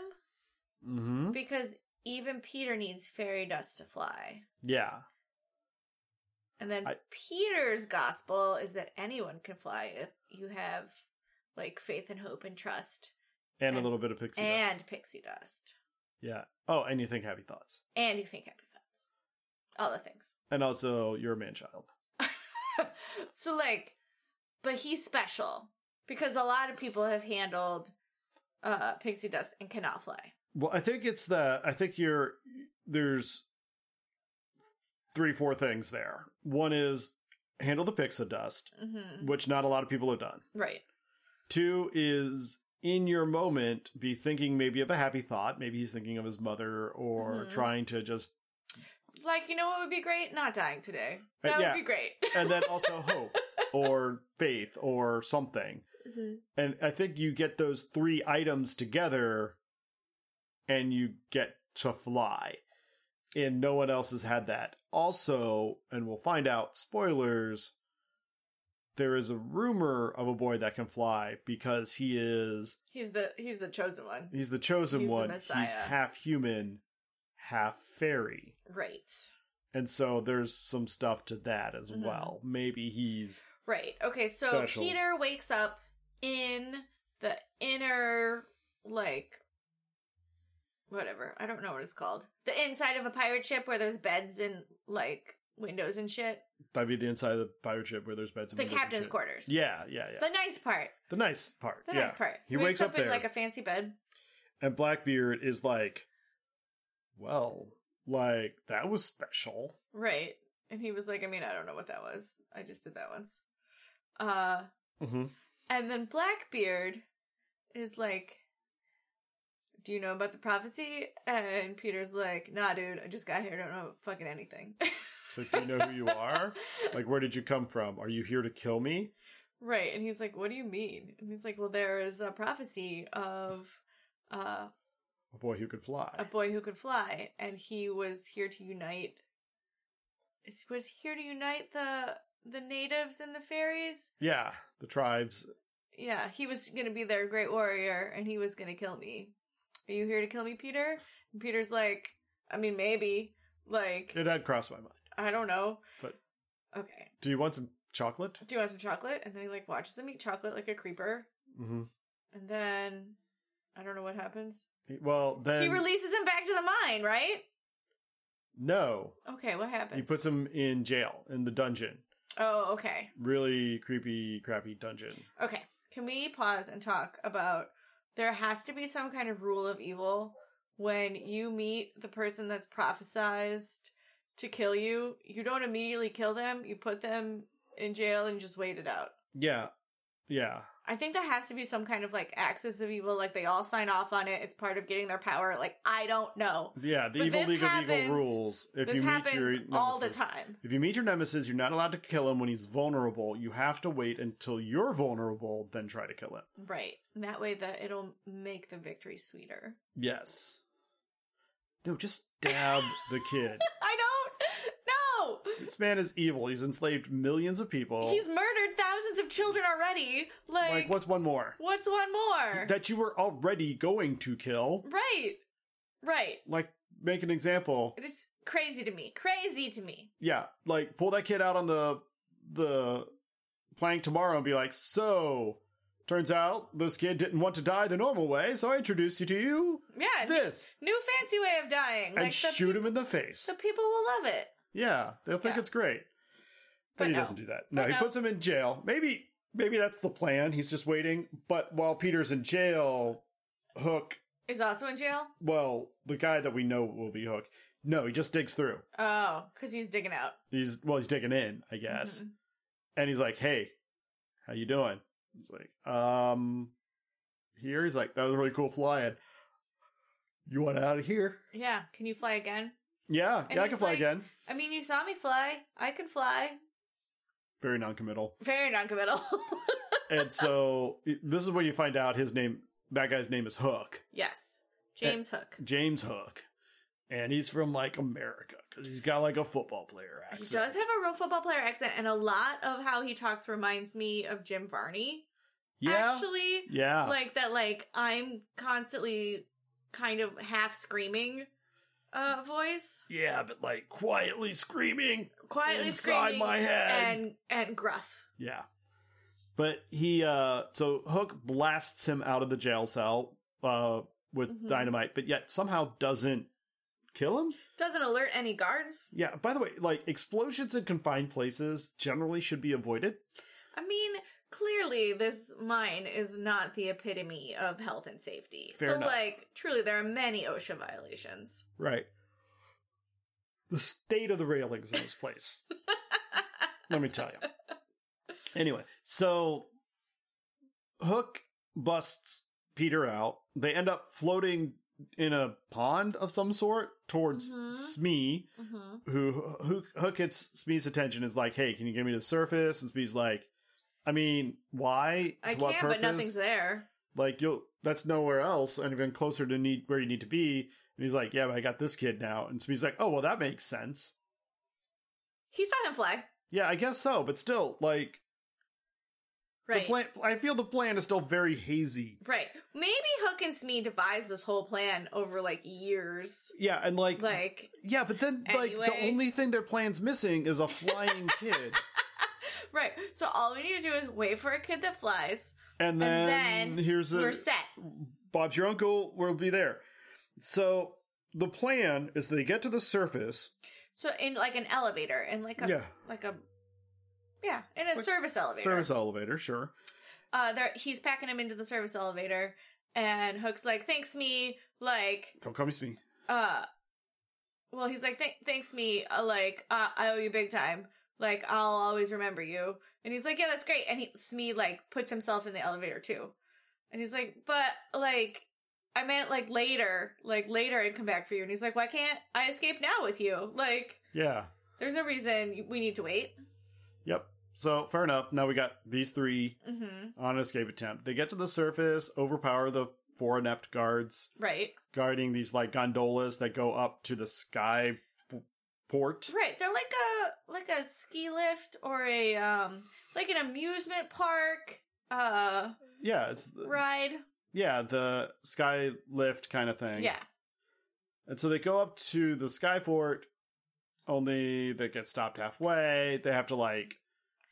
S1: mm-hmm.
S2: because even Peter needs fairy dust to fly.
S1: yeah.
S2: And then
S1: I-
S2: Peter's gospel is that anyone can fly if you have like faith and hope and trust
S1: and, a
S2: And-
S1: little bit of pixie dust.
S2: and pixie dust.
S1: Yeah. Oh, and you think happy thoughts,
S2: And you think happy thoughts. All the things.
S1: and also you're a man child.
S2: so like but he's special because a lot of people have handled uh pixie dust and cannot fly
S1: Well, I think it's the. I think you're there's three, four things there. One is handle the pixie dust,
S2: hmm
S1: which not a lot of people have done.
S2: right
S1: Two is in your moment be thinking maybe of a happy thought. Maybe he's thinking of his mother or
S2: Mhm.
S1: trying to just
S2: like you know what would be great not dying today
S1: Uh,
S2: that
S1: yeah.
S2: would be great
S1: and then also hope or faith or something. And I think you get those three items together and you get to fly. And no one else has had that. Also, and we'll find out spoilers, there is a rumor of a boy that can fly because he is
S2: he's the he's the chosen one
S1: he's the chosen
S2: He's the
S1: one.
S2: Messiah.
S1: he's half human, half fairy.
S2: right
S1: And so there's some stuff to that as
S2: Mhm.
S1: well. Maybe he's
S2: right okay so
S1: Special.
S2: peter wakes up in the inner like whatever i don't know what it's called the inside of a pirate ship where there's beds and like windows and shit
S1: That'd be the inside of the pirate ship where there's beds and
S2: the
S1: windows and
S2: captain's
S1: shit.
S2: quarters
S1: Yeah, yeah, yeah.
S2: The nice part.
S1: The nice part.
S2: The
S1: yeah.
S2: nice part.
S1: He wakes up
S2: in
S1: there.
S2: like a fancy bed.
S1: And Blackbeard is like, well, like that was special.
S2: Right. And he was like, I mean, I don't know what that was. I just did that once. Uh
S1: Mm-hmm.
S2: and then Blackbeard is like, Do you know about the prophecy? And Peter's like, nah dude, I just got here, don't know fucking anything.
S1: [LAUGHS] So do you know who
S2: [LAUGHS]
S1: you are? like, where did you come from? Are you here to kill me?
S2: Right. And he's like, What do you mean? And he's like, Well, there is a prophecy of uh
S1: A boy who could fly.
S2: a boy who could fly, and he was here to unite. is- Was here to unite the the natives and the fairies.
S1: yeah, the tribes.
S2: Yeah, he was going to be their great warrior, and he was going to kill me. Are you here to kill me, Peter? And Peter's like, I mean, maybe. Like,
S1: It had crossed my mind.
S2: I don't know.
S1: But-
S2: okay,
S1: Do you want some chocolate?
S2: do you want some chocolate? And then he like watches him eat chocolate like a creeper,
S1: Mm-hmm.
S2: and then I don't know what happens.
S1: Well, then
S2: he releases him back to the mine, right?
S1: no.
S2: Okay, what happens?
S1: He puts him in jail in the dungeon.
S2: oh, okay.
S1: Really creepy, crappy dungeon.
S2: Okay, can we pause and talk about there has to be some kind of rule of evil when you meet the person that's prophesized to kill you. You don't immediately kill them, you put them in jail and just wait it out.
S1: Yeah, yeah.
S2: I think there has to be some kind of like axis of evil, like they all sign off on it. It's part of getting their power. Like, I don't know.
S1: Yeah, the
S2: But
S1: evil
S2: this
S1: league of
S2: happens-
S1: evil rules. If
S2: this
S1: you meet
S2: happens
S1: your
S2: all the
S1: nemesis-
S2: time.
S1: If you meet your nemesis, you're not allowed to kill him when he's vulnerable. You have to wait until you're vulnerable, then try to kill him.
S2: Right. And that way that it'll make the victory sweeter. [LAUGHS]
S1: Yes. No, just stab the kid.
S2: I don't know.
S1: This man is evil. He's enslaved millions of people.
S2: He's murdered thousands of children already. Like,
S1: Oh. like, what's one more?
S2: what's one more?
S1: That you were already going to kill.
S2: right. Right.
S1: Like, make an example.
S2: This crazy to me. Crazy to me.
S1: Yeah, like pull that kid out on the the plank tomorrow and be like, so turns out this kid didn't want to die the normal way, so I introduced you to you
S2: Yeah,
S1: this
S2: new fancy way of dying.
S1: and
S2: Like the,
S1: shoot
S2: peop-
S1: him in the face.
S2: the people will love it.
S1: yeah, they'll think
S2: Yeah.
S1: it's great. But,
S2: But
S1: he
S2: no.
S1: doesn't do that. No,
S2: But
S1: he
S2: no.
S1: puts him in jail. Maybe maybe that's the plan. He's just waiting. But while Peter's in jail, Hook,
S2: Is also in jail.
S1: well, the guy that we know will be Hook. No, he just digs through.
S2: Oh, because he's digging out.
S1: He's well, he's digging in, I guess.
S2: Mhm.
S1: And he's like, "Hey, how you doing?" He's like, "Um, here." He's like, "That was really cool flying. You want out of here?"
S2: Yeah. Can you fly again?
S1: Yeah,
S2: And
S1: yeah, I
S2: he's
S1: can fly
S2: like-
S1: again.
S2: I mean, you saw me fly. I can fly.
S1: Very noncommittal.
S2: Very noncommittal.
S1: and so this is when you find out his name. That guy's name is Hook,
S2: [LAUGHS] yes. James
S1: Eh,
S2: Hook.
S1: James Hook, and he's from like America because he's got like a football player
S2: He
S1: accent.
S2: does have a real football player accent, and a lot of how he talks reminds me of Jim Varney.
S1: yeah,
S2: Actually,
S1: yeah.
S2: like that like i'm constantly kind of half screaming uh voice
S1: yeah, but like quietly screaming.
S2: quietly
S1: Inside
S2: screaming
S1: my head.
S2: and and gruff
S1: Yeah. But he uh so Hook blasts him out of the jail cell uh with
S2: Mhm.
S1: dynamite, but yet somehow doesn't kill him?
S2: doesn't alert any guards
S1: Yeah, by the way, like explosions in confined places generally should be avoided.
S2: i mean clearly this mine is not the epitome of health and safety
S1: Fair
S2: so
S1: enough.
S2: like truly there are many osha violations [LAUGHS]
S1: Right. The state of the railings in this place. Let me tell
S2: [LAUGHS]
S1: you. Anyway, so Hook busts Peter out. They end up floating in a pond of some sort towards
S2: Mhm.
S1: Smee,
S2: mm-hmm.
S1: who, who Hook gets Smee's attention is like, "Hey, can you give me the surface?" And Smee's like, "I mean, why?
S2: i
S1: to what
S2: can
S1: purpose?
S2: but nothing's there
S1: like you'll that's nowhere else and even closer to need where you need to be and he's like yeah but i got this kid now and so he's like oh well that makes sense
S2: he saw him fly
S1: yeah i guess so but still like
S2: right
S1: the plan i feel the plan is still very hazy
S2: right maybe hook and smee devised this whole plan over like years
S1: yeah and like,
S2: like
S1: yeah but then like the
S2: Anyway.
S1: only thing their plan's missing is a
S2: [LAUGHS]
S1: flying kid
S2: Right. So all we need to do is wait for a kid that flies.
S1: and then,
S2: then
S1: here's a
S2: We're set.
S1: bob's your uncle will be there so the plan is they get to the surface
S2: So in like an elevator, in like a
S1: yeah
S2: like a yeah, in a
S1: Like
S2: service elevator.
S1: service elevator sure
S2: Uh, there he's packing him into the service elevator, and Hook's like, "Thanks me," like
S1: don't call me Smee.
S2: uh, well, he's like, "Thank- "Thanks me," uh, like uh, I owe you big time. Like I'll always remember you. And he's like, "Yeah, that's great." And he Smee like puts himself in the elevator too, and he's like, "But like." I meant like later, like later I'd come back for you. And he's like, why can't I escape now with you? Like,
S1: yeah
S2: there's no reason we need to wait.
S1: Yep. So fair enough. Now we got these three
S2: hmm
S1: on an escape attempt. They get to the surface, overpower the four inept guards
S2: Right.
S1: guarding these like gondolas that go up to the sky f- port.
S2: Right. They're like a, like a ski lift or a, um, like an amusement park, uh,
S1: Yeah, it's the,
S2: ride.
S1: yeah the sky lift kind of thing.
S2: Yeah.
S1: And so they go up to the sky fort. Only they get stopped halfway. They have to like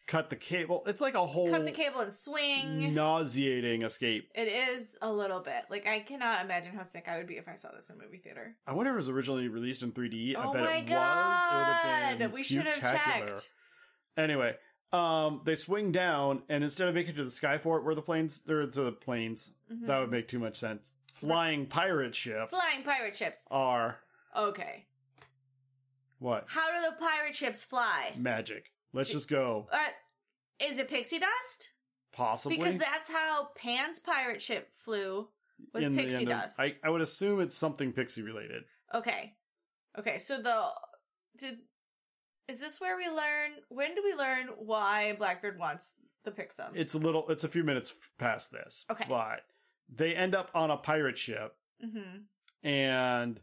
S1: cut the cable. It's like a whole
S2: Cut the cable and swing.
S1: nauseating escape.
S2: It is a little bit. Like, I cannot imagine how sick I would be if I saw this in a movie theater.
S1: I wonder if it was originally released in 3D. I
S2: oh
S1: bet it
S2: my
S1: was. It would have
S2: god!
S1: been
S2: We should have
S1: spectacular.
S2: checked.
S1: Anyway, um, they swing down, and instead of making it to the sky fort where the planes, or to the planes,
S2: Mhm.
S1: that would make too much sense. Flying pirate ships
S2: Flying pirate ships.
S1: are
S2: Okay.
S1: what?
S2: How do the pirate ships fly?
S1: Mm. Magic. Let's just go.
S2: Uh, is it pixie dust?
S1: Possibly
S2: Because that's how Pan's pirate ship flew was
S1: in the
S2: pixie
S1: end of-
S2: dust.
S1: I, I would assume it's something pixie related.
S2: Okay. Okay, so the did is this where we learn when do we learn why Blackbird wants the Pixum?
S1: It's a little. It's a few minutes past this.
S2: Okay.
S1: But they end up on a pirate ship,
S2: mm-hmm.
S1: and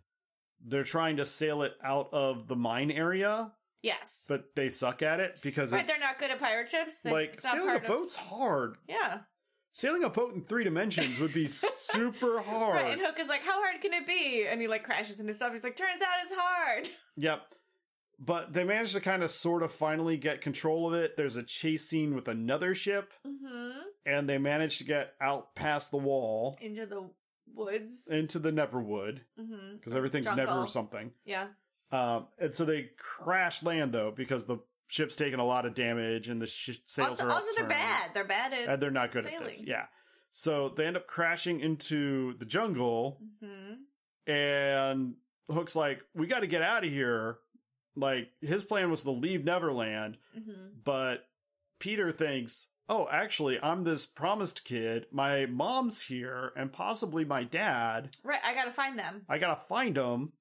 S1: they're trying to sail it out of the mine area,
S2: Yes.
S1: but they suck at it because
S2: right,
S1: it's
S2: they're not good at pirate ships. They,
S1: like
S2: it's not
S1: sailing a
S2: part of-
S1: boat's hard.
S2: yeah.
S1: Sailing a boat in three dimensions would
S2: [LAUGHS]
S1: be super hard.
S2: Right, and Hook is like, "How hard can it be?" And he like crashes into stuff. He's like, "Turns out it's hard."
S1: Yep. But they managed to kind of sort of finally get control of it. There's a chase scene with another ship,
S2: Mm-hmm.
S1: and they managed to get out past the wall
S2: Into the woods.
S1: into the Neverwood
S2: mm-hmm.
S1: because everything's never
S2: Jungle.
S1: or something.
S2: yeah.
S1: Um, and so they crash land though because the ship's taken a lot of damage and the sh- sails
S2: Also,
S1: are
S2: also they're
S1: upturned.
S2: bad. They're bad at.
S1: and they're not good at this.
S2: Sailing.
S1: Yeah. So they end up crashing into the jungle,
S2: hmm
S1: and Hook's like, "We got to get out of here." Like his plan was to leave Neverland,
S2: hmm
S1: but Peter thinks, "Oh, actually, I'm this promised kid. My mom's here, and possibly my dad.
S2: Right. I gotta find them.
S1: I gotta find him."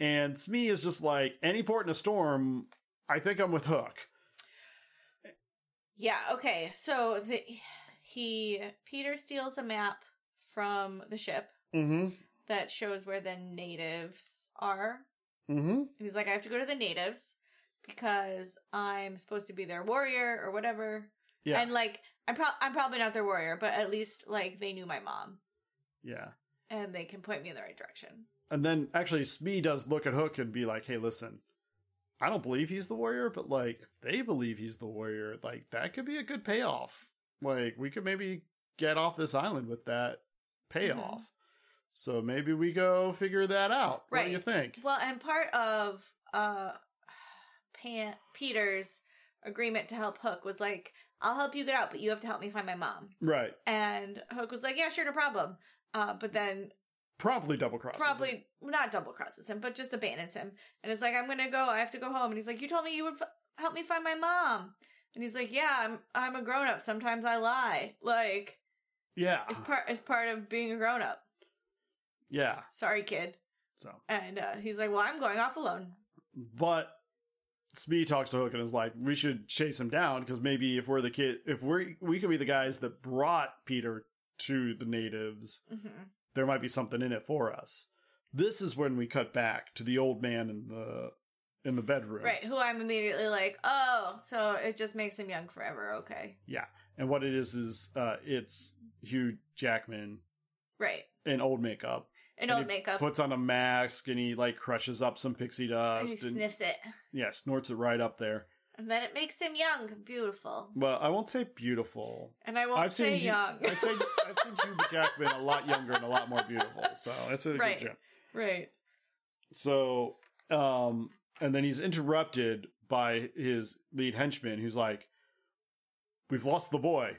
S1: And Smee is just like, "Any port in a storm. I think I'm with Hook."
S2: Yeah. Okay. So the he Peter steals a map from the ship
S1: Mm-hmm.
S2: that shows where the natives are.
S1: Mm-hmm.
S2: And he's like, I have to go to the natives because I'm supposed to be their warrior or whatever.
S1: Yeah.
S2: And like, I'm, pro- I'm probably not their warrior, but at least like they knew my mom
S1: Yeah.
S2: and they can point me in the right direction.
S1: And then actually, Smee does look at Hook and be like, "Hey, listen, I don't believe he's the warrior, but like, if they believe he's the warrior, like that could be a good payoff. Like, we could maybe get off this island with that payoff. So maybe we go figure that out. What do you
S2: Mm-hmm. Right.
S1: think?
S2: Well, and part of uh, Pan- Peter's agreement to help Hook was like, I'll help you get out, but you have to help me find my mom.
S1: Right.
S2: And Hook was like, Yeah, sure, no problem. Uh, but then
S1: Promptly double crosses. him.
S2: probably not double crosses him, but just abandons him. And it's like, I'm gonna go. I have to go home. And he's like, you told me you would f- help me find my mom. And he's like, yeah, I'm I'm a grown up. Sometimes I lie. Like
S1: Yeah.
S2: it's part it's part of being a grown up.
S1: yeah.
S2: Sorry, kid.
S1: So,
S2: And uh, he's like, well, I'm going off alone.
S1: but Smee talks to Hook and is like, "We should chase him down because maybe if we're the kid, if we we can be the guys that brought Peter to the natives."
S2: hmm
S1: there might be something in it for us. This is when we cut back to the old man in the in the bedroom.
S2: Right. Who I'm immediately like, oh, so it just makes him young forever. Okay.
S1: And what it is is uh it's Hugh Jackman
S2: Right.
S1: in old makeup.
S2: In
S1: And
S2: old
S1: he
S2: makeup.
S1: Puts on a mask and he like crushes up some pixie
S2: and
S1: dust
S2: he sniffs it.
S1: Yeah, snorts it right up there.
S2: And then it makes him young, beautiful.
S1: Well, I won't say beautiful.
S2: And I won't
S1: I've
S2: say
S1: seen Hugh-
S2: young.
S1: I'd say I've seen Hugh Jackman a lot younger and a lot more beautiful. So it's a
S2: Right.
S1: good job.
S2: [LAUGHS] right.
S1: So, um, and then he's interrupted by his lead henchman, who's like, "We've lost the boy,"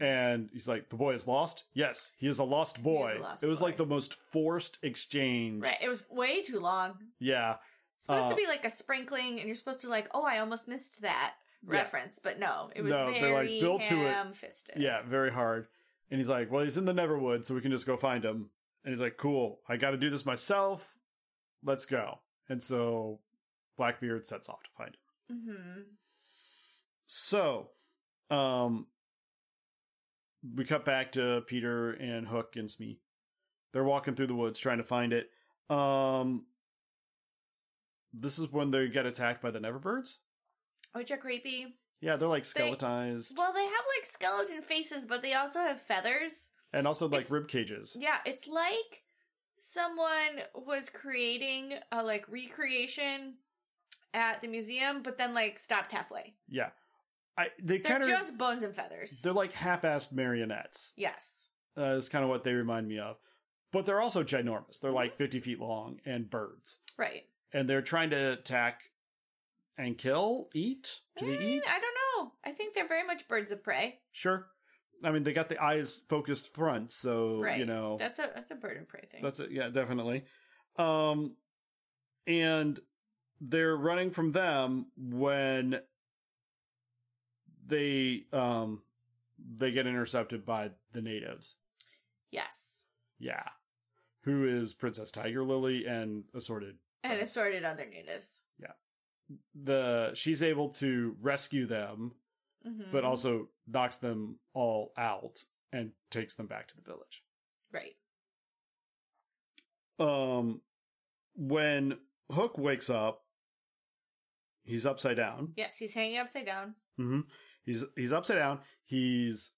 S1: and he's like, "The boy is lost. Yes, he is a lost boy."
S2: a lost
S1: it was
S2: boy.
S1: like the most forced exchange.
S2: Right. It was way too long.
S1: Yeah,
S2: It's supposed
S1: Uh,
S2: to be like a sprinkling, and you're supposed to like, oh, I almost missed that
S1: Yeah.
S2: reference, but no, it was
S1: No, they, like,
S2: very
S1: built to it.
S2: ham-fisted.
S1: yeah, very hard. And he's like, "Well, he's in the Neverwood, so we can just go find him." And he's like, "Cool, I got to do this myself. Let's go." And so Blackbeard sets off to find him.
S2: hmm
S1: So, um, we cut back to Peter and Hook and Smee. They're walking through the woods trying to find it. Um, this is when they get attacked by the Neverbirds.
S2: Which are creepy.
S1: Yeah, they're like skeletonized
S2: Well, they have like skeleton faces, but they also have feathers.
S1: and also like
S2: it's-
S1: rib cages.
S2: Yeah, it's like someone was creating a like recreation at the museum, but then like stopped halfway.
S1: Yeah, I they
S2: They're
S1: kind of
S2: just bones and feathers.
S1: they're like half-assed marionettes.
S2: Yes.
S1: Uh, is kind of what they remind me of. But they're also ginormous.
S2: Mm-hmm.
S1: They're like fifty feet long and birds,
S2: Right.
S1: and they're trying to attack and kill, eat. Do
S2: Eh,
S1: they eat?
S2: I don't know. I think they're very much birds of prey.
S1: Sure. I mean, they got the eyes focused front, so
S2: Right.
S1: you know
S2: That's a that's a bird of prey thing.
S1: Oh. that's it. Yeah, definitely. Um, and they're running from them when they um they get intercepted by the natives.
S2: yes.
S1: Yeah, who is Princess Tiger Lily and assorted.
S2: And
S1: Right.
S2: assorted other natives.
S1: The she's able to rescue them,
S2: Mm-hmm.
S1: but also knocks them all out and takes them back to the village.
S2: Right.
S1: um when hook wakes up he's upside down Mm-hmm.
S2: Yes, he's hanging upside down.
S1: hmm he's he's upside down he's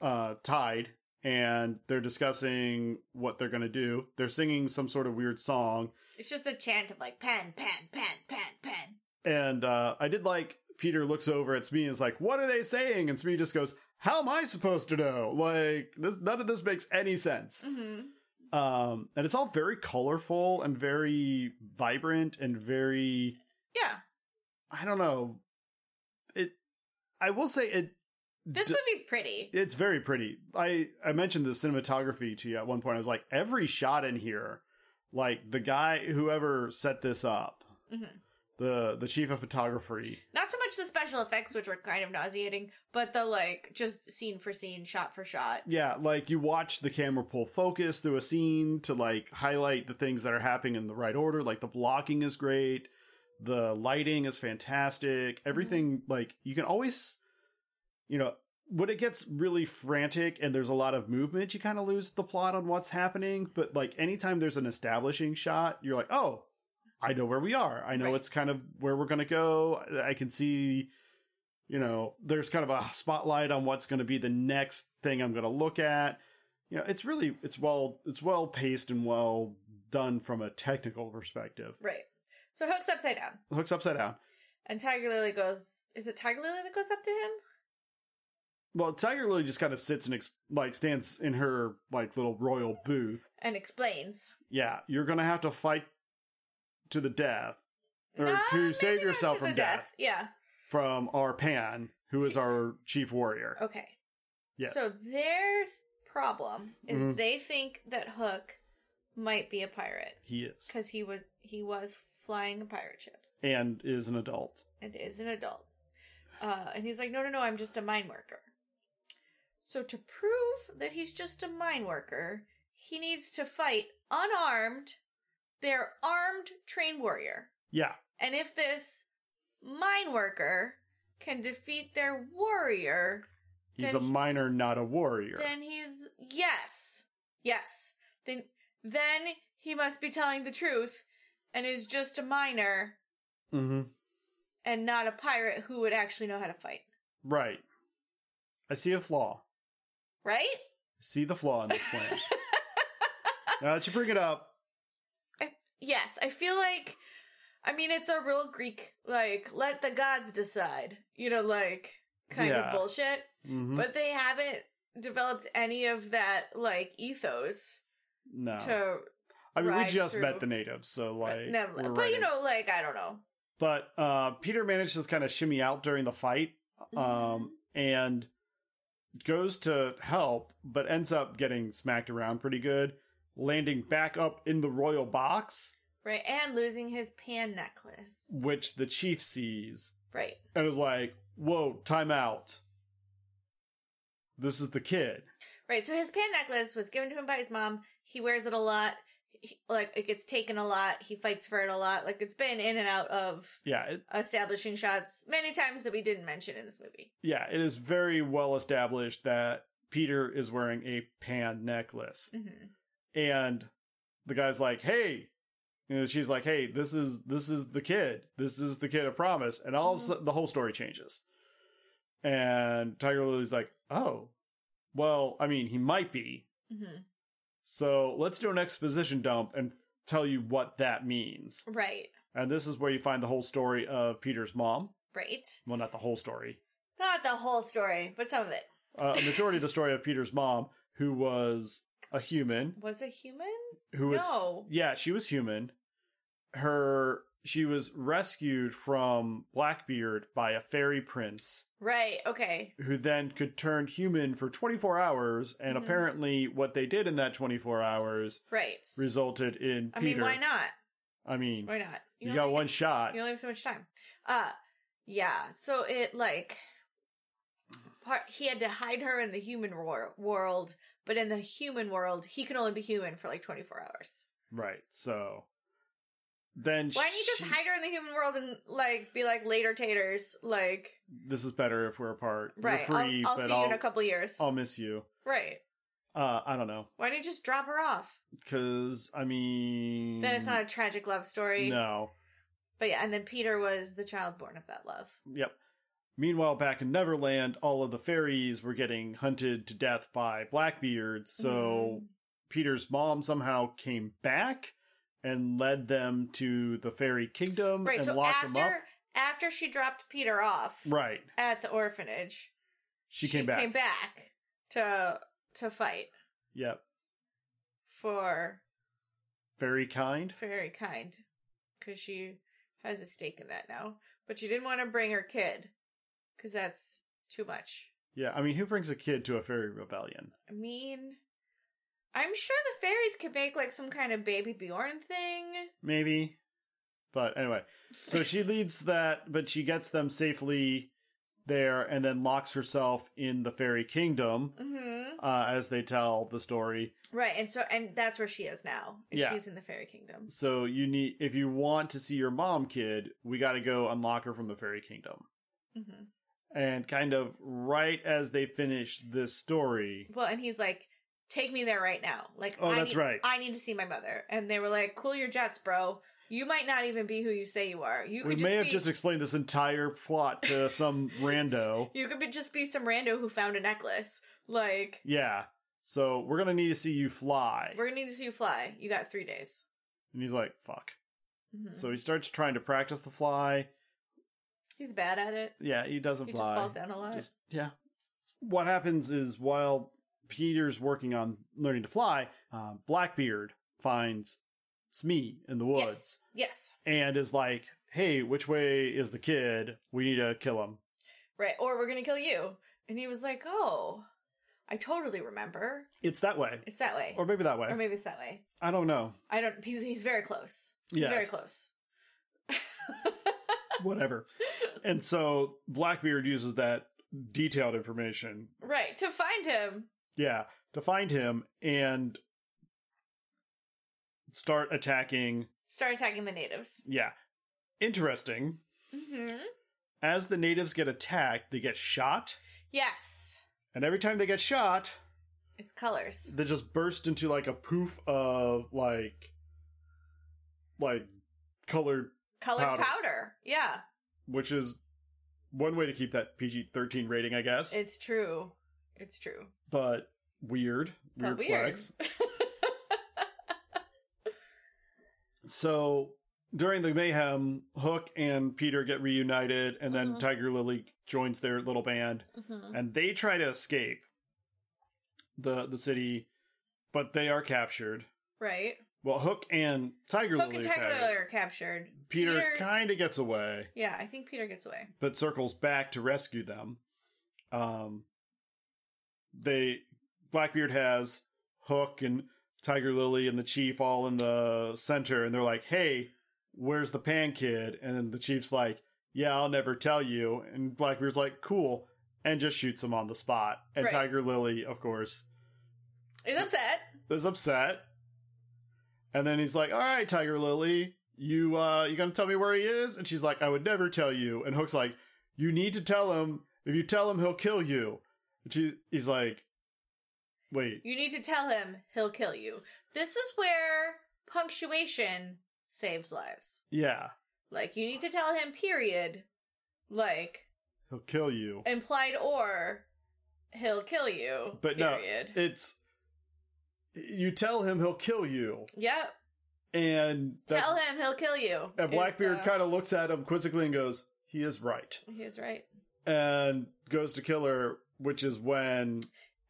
S1: uh, tied and they're discussing what they're going to do. They're singing some sort of weird song.
S2: It's just a chant of like pen, pen, pen, pen, pen.
S1: And uh, I did like Peter looks over at Smee and is like, What are they saying? And Smee just goes, How am I supposed to know? Like, this, none of this makes any sense.
S2: Mm-hmm.
S1: Um, and it's all very colorful and very vibrant and very
S2: Yeah,
S1: I don't know. It, I will say it.
S2: this
S1: d-
S2: movie's pretty.
S1: it's very pretty. I I mentioned the cinematography to you at one point. I was like, every shot in here, like the guy whoever set this up,
S2: hmm
S1: the the chief of photography.
S2: Not so much the special effects, which were kind of nauseating, but the like just scene for scene, shot for shot.
S1: Yeah, like you watch the camera pull focus through a scene to like highlight the things that are happening in the right order. Like the blocking is great, the lighting is fantastic. Everything like you can always, you know, when it gets really frantic and there's a lot of movement, you kind of lose the plot on what's happening. But like anytime there's an establishing shot, you're like, oh, I know where we are. I know
S2: Right.
S1: it's kind of where we're gonna go. I- I can see you know, there's kind of a spotlight on what's going to be the next thing I'm going to look at. You know, it's really it's well it's well paced and well done from a technical perspective.
S2: Right. So Hook's upside down,
S1: It hooks upside down.
S2: and Tiger Lily goes. Is it Tiger Lily that goes up to him?
S1: Well, Tiger Lily just kind of sits and ex- like stands in her like little royal booth.
S2: and explains.
S1: Yeah, you're going to have to fight to the death Or to
S2: maybe
S1: save
S2: not
S1: yourself
S2: the
S1: from death.
S2: Yeah.
S1: from our Pan, who is our chief warrior.
S2: Okay.
S1: Yes.
S2: Oh, So their th- problem is
S1: Mhm.
S2: they think that Hook might be a pirate
S1: he is
S2: because he was he was flying a pirate ship
S1: and is an adult.
S2: and is an adult. Uh, and he's like, no, no, no, I'm just a mine worker. So to prove that he's just a mine worker, he needs to fight unarmed their armed train warrior.
S1: Yeah.
S2: And if this mine worker can defeat their warrior,
S1: He's
S2: Then
S1: a
S2: he-
S1: miner, not a warrior.
S2: then he's yes. Yes. Then then he must be telling the truth and is just a miner
S1: mm-hmm.
S2: and not a pirate who would actually know how to fight.
S1: Right. I see a flaw.
S2: Right?
S1: I see the flaw in this
S2: [LAUGHS]
S1: plan. now that you bring it up,
S2: Yes, I feel like I mean it's a real Greek like let the gods decide. You know like kind
S1: Yeah.
S2: of bullshit,
S1: mhm,
S2: but they haven't developed any of that like ethos
S1: no.
S2: to
S1: I mean, we
S2: ride
S1: just
S2: through-
S1: met the natives, so like,
S2: Never-
S1: we're
S2: but
S1: ready.
S2: you know, like I don't know.
S1: But uh, Peter manages to kind of shimmy out during the fight,
S2: Mm-hmm.
S1: um, and goes to help, but ends up getting smacked around pretty good, landing back up in the royal box,
S2: right? And losing his pan necklace,
S1: which the chief sees
S2: right?
S1: and is like, "Whoa, time out! This is the kid."
S2: Right. So his pan necklace was given to him by his mom. He wears it a lot. He, like it gets taken a lot. He fights for it a lot. Like it's been in and out of
S1: Yeah, it,
S2: establishing shots many times that we didn't mention in this movie.
S1: yeah, it is very well established that Peter is wearing a pan necklace.
S2: hmm
S1: And the guy's like, hey, you know, she's like, hey, this is this is the kid. This is the kid of promise. And all of a
S2: Mhm.
S1: sudden the whole story changes. And Tiger Lily's like, oh, well, I mean, he might be.
S2: hmm
S1: So let's do an exposition dump and tell you what that means.
S2: Right.
S1: And this is where you find the whole story of Peter's mom.
S2: Right.
S1: Well, not the whole story,
S2: Not the whole story, but some of it
S1: uh, a majority of the story of Peter's mom, who was a human,
S2: was a human.
S1: who was
S2: No.
S1: yeah, she was human. Her she was rescued from Blackbeard by a fairy prince,
S2: Right. Okay.
S1: who then could turn human for 24 hours. And
S2: Mhm.
S1: apparently, what they did in that 24 hours
S2: Right.
S1: resulted in
S2: I
S1: Peter.
S2: mean, why not?
S1: I mean,
S2: Why not?
S1: you,
S2: don't
S1: got
S2: think-
S1: one shot.
S2: [LAUGHS] You only have so much time. Uh yeah. So it like part he had to hide her in the human wor- world, but in the human world, he can only be human for like 24 hours.
S1: Right. So then
S2: Why didn't you just
S1: she-
S2: hide her in the human world and like be like later taters, like
S1: This is better if we're apart.
S2: right,
S1: You're free,
S2: I'll, I'll
S1: but
S2: see
S1: I'll,
S2: you in a couple years.
S1: I'll miss you.
S2: right.
S1: Uh, I don't know.
S2: Why didn't you just drop her off?
S1: Because I mean,
S2: Then it's not a tragic love story.
S1: Mm-hmm. no.
S2: But yeah, and then Peter was the child born of that love.
S1: Yep. Meanwhile, back in Neverland, all of the fairies were getting hunted to death by Blackbeard,
S2: Mm-hmm.
S1: so Peter's mom somehow came back and led them to the fairy kingdom
S2: right.
S1: Mm, and
S2: So
S1: locked them up.
S2: after after she dropped Peter off
S1: Right.
S2: at the orphanage,
S1: She, came back.
S2: Came back to to fight
S1: Yep.
S2: for
S1: Very kind.
S2: Very kind, because she has a stake in that now. But she didn't want to bring her kid, because that's too much.
S1: Yeah. I mean, who brings a kid to a fairy rebellion?
S2: I mean, I'm sure the fairies could make like some kind of baby Bjorn thing.
S1: Maybe. But anyway, so
S2: [LAUGHS]
S1: she leads that, but she gets them safely there and then locks herself in the fairy kingdom
S2: hmm
S1: uh, as they tell the story.
S2: Right, and so and that's where she is now. is
S1: Yeah.
S2: she's in the fairy kingdom.
S1: So you need, if you want to see your mom, kid, we got to go unlock her from the fairy kingdom.
S2: hmm
S1: And kind of right as they finish this story,
S2: Well, and he's like, "Take me there right now." Like,
S1: Oh,
S2: I
S1: that's
S2: need-
S1: right.
S2: I need to see my mother. And they were like, "Cool your jets, bro. You might not even be who you say you are. You
S1: we
S2: could
S1: may
S2: just
S1: have
S2: be-
S1: just explained this entire plot
S2: [LAUGHS]
S1: to some rando.
S2: You could be, just be some rando who found a necklace. Like,
S1: Yeah. So we're gonna need to see you fly.
S2: we're gonna need to see you fly. You got three days.
S1: And he's like, "Fuck."
S2: Mhm.
S1: So he starts trying to practice the fly.
S2: He's bad at it.
S1: Yeah, he doesn't
S2: He
S1: fly.
S2: just falls down a lot.
S1: Just- yeah. What happens is while Peter's working on learning to fly, uh, Blackbeard finds Smee in the woods
S2: yes,
S1: and is like, "Hey, which way is the kid? We need to kill him."
S2: right. Or we're gonna kill you. And he was like, "Oh, I totally remember.
S1: It's that way,
S2: It's that way,
S1: or maybe that way.
S2: or maybe it's that way.
S1: I don't know.
S2: I don't. He's he's very close. He's
S1: Yes.
S2: very close. [LAUGHS]
S1: whatever. And so Blackbeard uses that detailed information,
S2: right to find him.
S1: yeah, to find him and start attacking.
S2: Start attacking the natives.
S1: Yeah. Interesting.
S2: hmm
S1: As the natives get attacked, they get shot.
S2: Yes,
S1: And every time they get shot,
S2: it's colors.
S1: they just burst into like a poof of like, like colored,
S2: Colored
S1: Powder.
S2: powder. Yeah,
S1: which is one way to keep that PG 13 rating, I guess.
S2: it's true. It's true.
S1: but weird, weird,
S2: But weird. [LAUGHS]
S1: flex. So during the mayhem, Hook and Peter get reunited, and then
S2: Mhm.
S1: Tiger Lily joins their little band,
S2: Mhm.
S1: and they try to escape the the city, but they are captured.
S2: Right.
S1: Well, Hook and Tiger
S2: Hook
S1: Lily.
S2: and
S1: are
S2: Tiger
S1: captured.
S2: Lily are captured.
S1: Peter,
S2: Peter-
S1: kind of gets away,
S2: Yeah, I think Peter gets away.
S1: but circles back to rescue them. Um, they Blackbeard has Hook and Tiger Lily and the chief all in the center, and they're like, "Hey, where's the Pan Kid?" And then the chief's like, "Yeah, I'll never tell you." And Blackbeard's like, "Cool," and just shoots him on the spot. And
S2: Right.
S1: Tiger Lily, of course,
S2: He's upset.
S1: is upset. And then he's like, "All right, Tiger Lily, you uh you going to tell me where he is?" And she's like, "I would never tell you." And Hook's like, "You need to tell him. If you tell him, he'll kill you." And she, he's like, "Wait,
S2: You need to tell him he'll kill you. This is where punctuation saves lives.
S1: yeah,
S2: Like you need to tell him period, like
S1: he'll kill you."
S2: implied or he'll kill you.
S1: But no,
S2: period.
S1: It's you tell him he'll kill you,
S2: yep.
S1: and that's-
S2: Tell him he'll kill you.
S1: and Blackbeard
S2: is uh, the-
S1: kind of looks at him quizzically and goes, "He is right,"
S2: He is right.
S1: and goes to kill her, which is when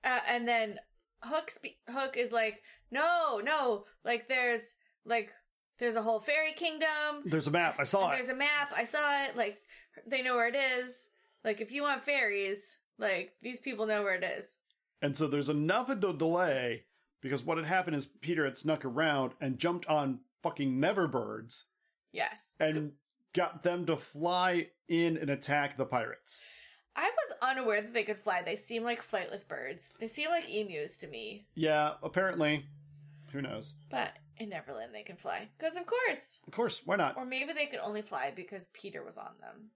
S2: uh, and then Hook spe- Hook is like, no, no, like there's like there's a whole fairy kingdom.
S1: there's a map. I saw
S2: and
S1: it.
S2: there's a map. I saw it. Like they know where it is. Like if you want fairies, like these people know where it is.
S1: And so there's enough of the delay because what had happened is Peter had snuck around and jumped on fucking Neverbirds
S2: Yes,
S1: and got them to fly in and attack the pirates.
S2: I was unaware that they could fly. They seem like flightless birds. They seem like emus to me.
S1: Yeah, apparently. Who knows?
S2: But in Neverland, they can fly because of course.
S1: Of course, why not?
S2: Or maybe they could only fly because Peter was on them.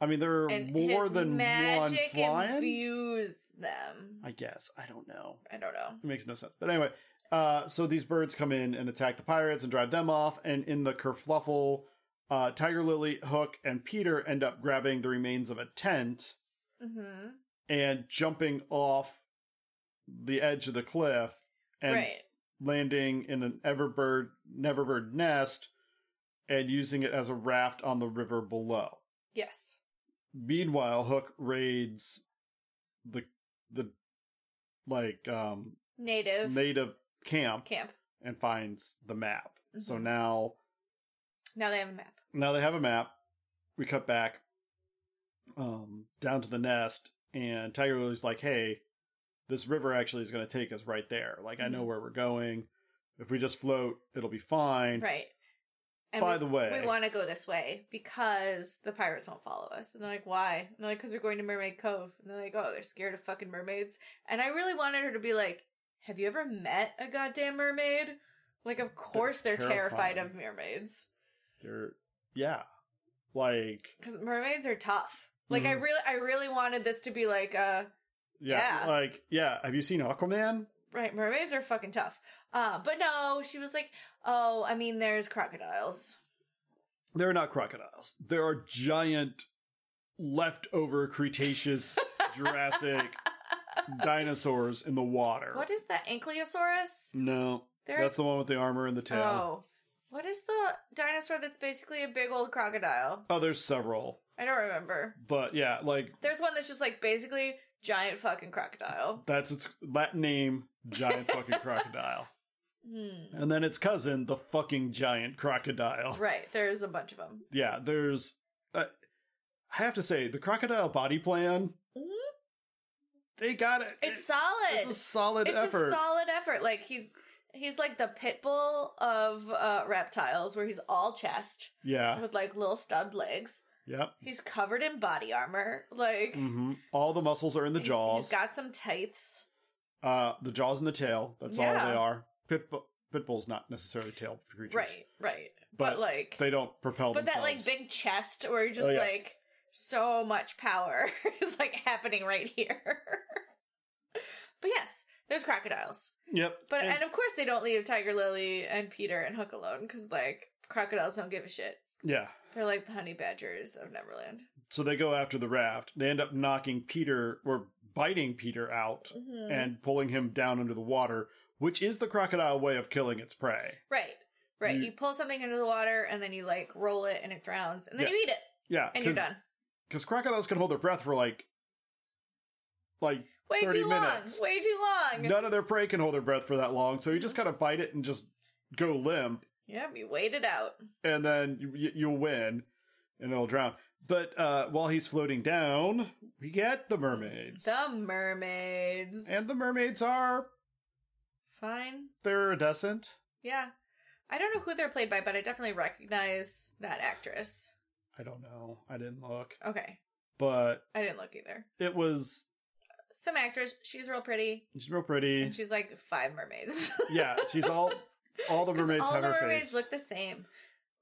S1: I mean, there are
S2: And
S1: more
S2: his
S1: than one
S2: magic
S1: flying.
S2: imbues them.
S1: I guess. I don't know.
S2: I don't know.
S1: It makes no sense. But anyway, uh, so these birds come in and attack the pirates and drive them off. And in the kerfluffle, Uh, Tiger Lily, Hook, and Peter end up grabbing the remains of a tent
S2: Mm-hmm.
S1: and jumping off the edge of the cliff and
S2: right.
S1: landing in an Everbird Neverbird nest and using it as a raft on the river below.
S2: Yes.
S1: Meanwhile, Hook raids the the like um
S2: Native
S1: native camp
S2: camp.
S1: and finds the map. So
S2: Mhm.
S1: now
S2: Now they have a map.
S1: now they have a map. We cut back um down to the nest and Tiger Lily's like, "Hey, this river actually is going to take us right there. Like I know
S2: Mm-hmm.
S1: where we're going. If we just float, it'll be fine."
S2: Right. And
S1: By
S2: we,
S1: the way-
S2: we want to go this way because the pirates won't follow us. And they're like, why? And they're like, because we're going to Mermaid Cove. And they're like, oh, they're scared of fucking mermaids. And I really wanted her to be like, have you ever met a goddamn mermaid? Like, of course they're, terrified of mermaids
S1: They're yeah. Like
S2: because mermaids are tough. Like, I
S1: Mhm.
S2: really, I really wanted this to be like, uh,
S1: yeah,
S2: Yeah.
S1: like yeah, have you seen Aquaman?
S2: right, mermaids are fucking tough. Uh, but no, she was like, oh, I mean, there's crocodiles.
S1: They're not crocodiles. They are giant leftover
S2: [LAUGHS]
S1: Cretaceous Jurassic dinosaurs in the water.
S2: What is that? Ankylosaurus?
S1: no,
S2: There's
S1: that's the one with the armor and the tail.
S2: Oh. What is the dinosaur that's basically a big old crocodile?
S1: Oh, there's several,
S2: I don't remember.
S1: but yeah, like
S2: There's one that's just like basically giant fucking crocodile.
S1: that's its Latin name, giant
S2: [LAUGHS]
S1: fucking crocodile,
S2: Hmm.
S1: and then its cousin, the fucking giant crocodile.
S2: Right, there's a bunch of them.
S1: Yeah, there's. Uh, I have to say, the crocodile body plan, they got it.
S2: It's
S1: It-
S2: solid.
S1: It's a solid
S2: It's
S1: effort.
S2: a solid effort. Like he he's like the pit bull of uh, reptiles where he's all chest
S1: yeah.
S2: with like little stubbed legs.
S1: Yep.
S2: He's covered in body armor. Like
S1: hmm All the muscles are in the
S2: he's-
S1: jaws.
S2: He's got some teeth.
S1: uh, the jaws and the tail. That's all
S2: Yeah.
S1: they are. Pit, bu- pit bull's not necessarily tail creatures.
S2: Right, right.
S1: But,
S2: but like
S1: they don't propel
S2: but that like
S1: themselves.
S2: big chest where you're just
S1: Oh, yeah.
S2: like so much power [LAUGHS] is like happening right here [LAUGHS] but yes there's crocodiles
S1: Yep.
S2: but
S1: And-
S2: and, of course they don't leave tiger lily and peter and hook alone because like crocodiles don't give a shit
S1: yeah.
S2: they're like the honey badgers of neverland
S1: So they go after the raft. They end up knocking Peter or biting Peter out
S2: Mhm.
S1: and pulling him down under the water, which is the crocodile way of killing its prey.
S2: right right
S1: You-
S2: you pull something into the water and then you like roll it and it drowns and then
S1: Yeah.
S2: you eat it
S1: Yeah.
S2: and you're done
S1: Because crocodiles can hold their breath for like, like
S2: way
S1: 30
S2: too long
S1: minutes.
S2: way too long
S1: none of their prey can hold their breath for that long. So you just gotta bite it and just go limp.
S2: yep you wait it out
S1: and then you- you, you'll win and it'll drown. But uh, while he's floating down, we get the mermaids.
S2: the mermaids
S1: and the mermaids are
S2: fine
S1: they're iridescent.
S2: Yeah. I don't know who they're played by, but I definitely recognize that actress.
S1: I don't know. I didn't look.
S2: Okay.
S1: But
S2: I didn't look either.
S1: it was
S2: Some actress, she's real pretty,
S1: she's real pretty.
S2: and she's like five mermaids. [LAUGHS]
S1: yeah, she's all all the
S2: 'Cause
S1: mermaids
S2: all
S1: have
S2: the
S1: her
S2: mermaids
S1: face.
S2: look the same.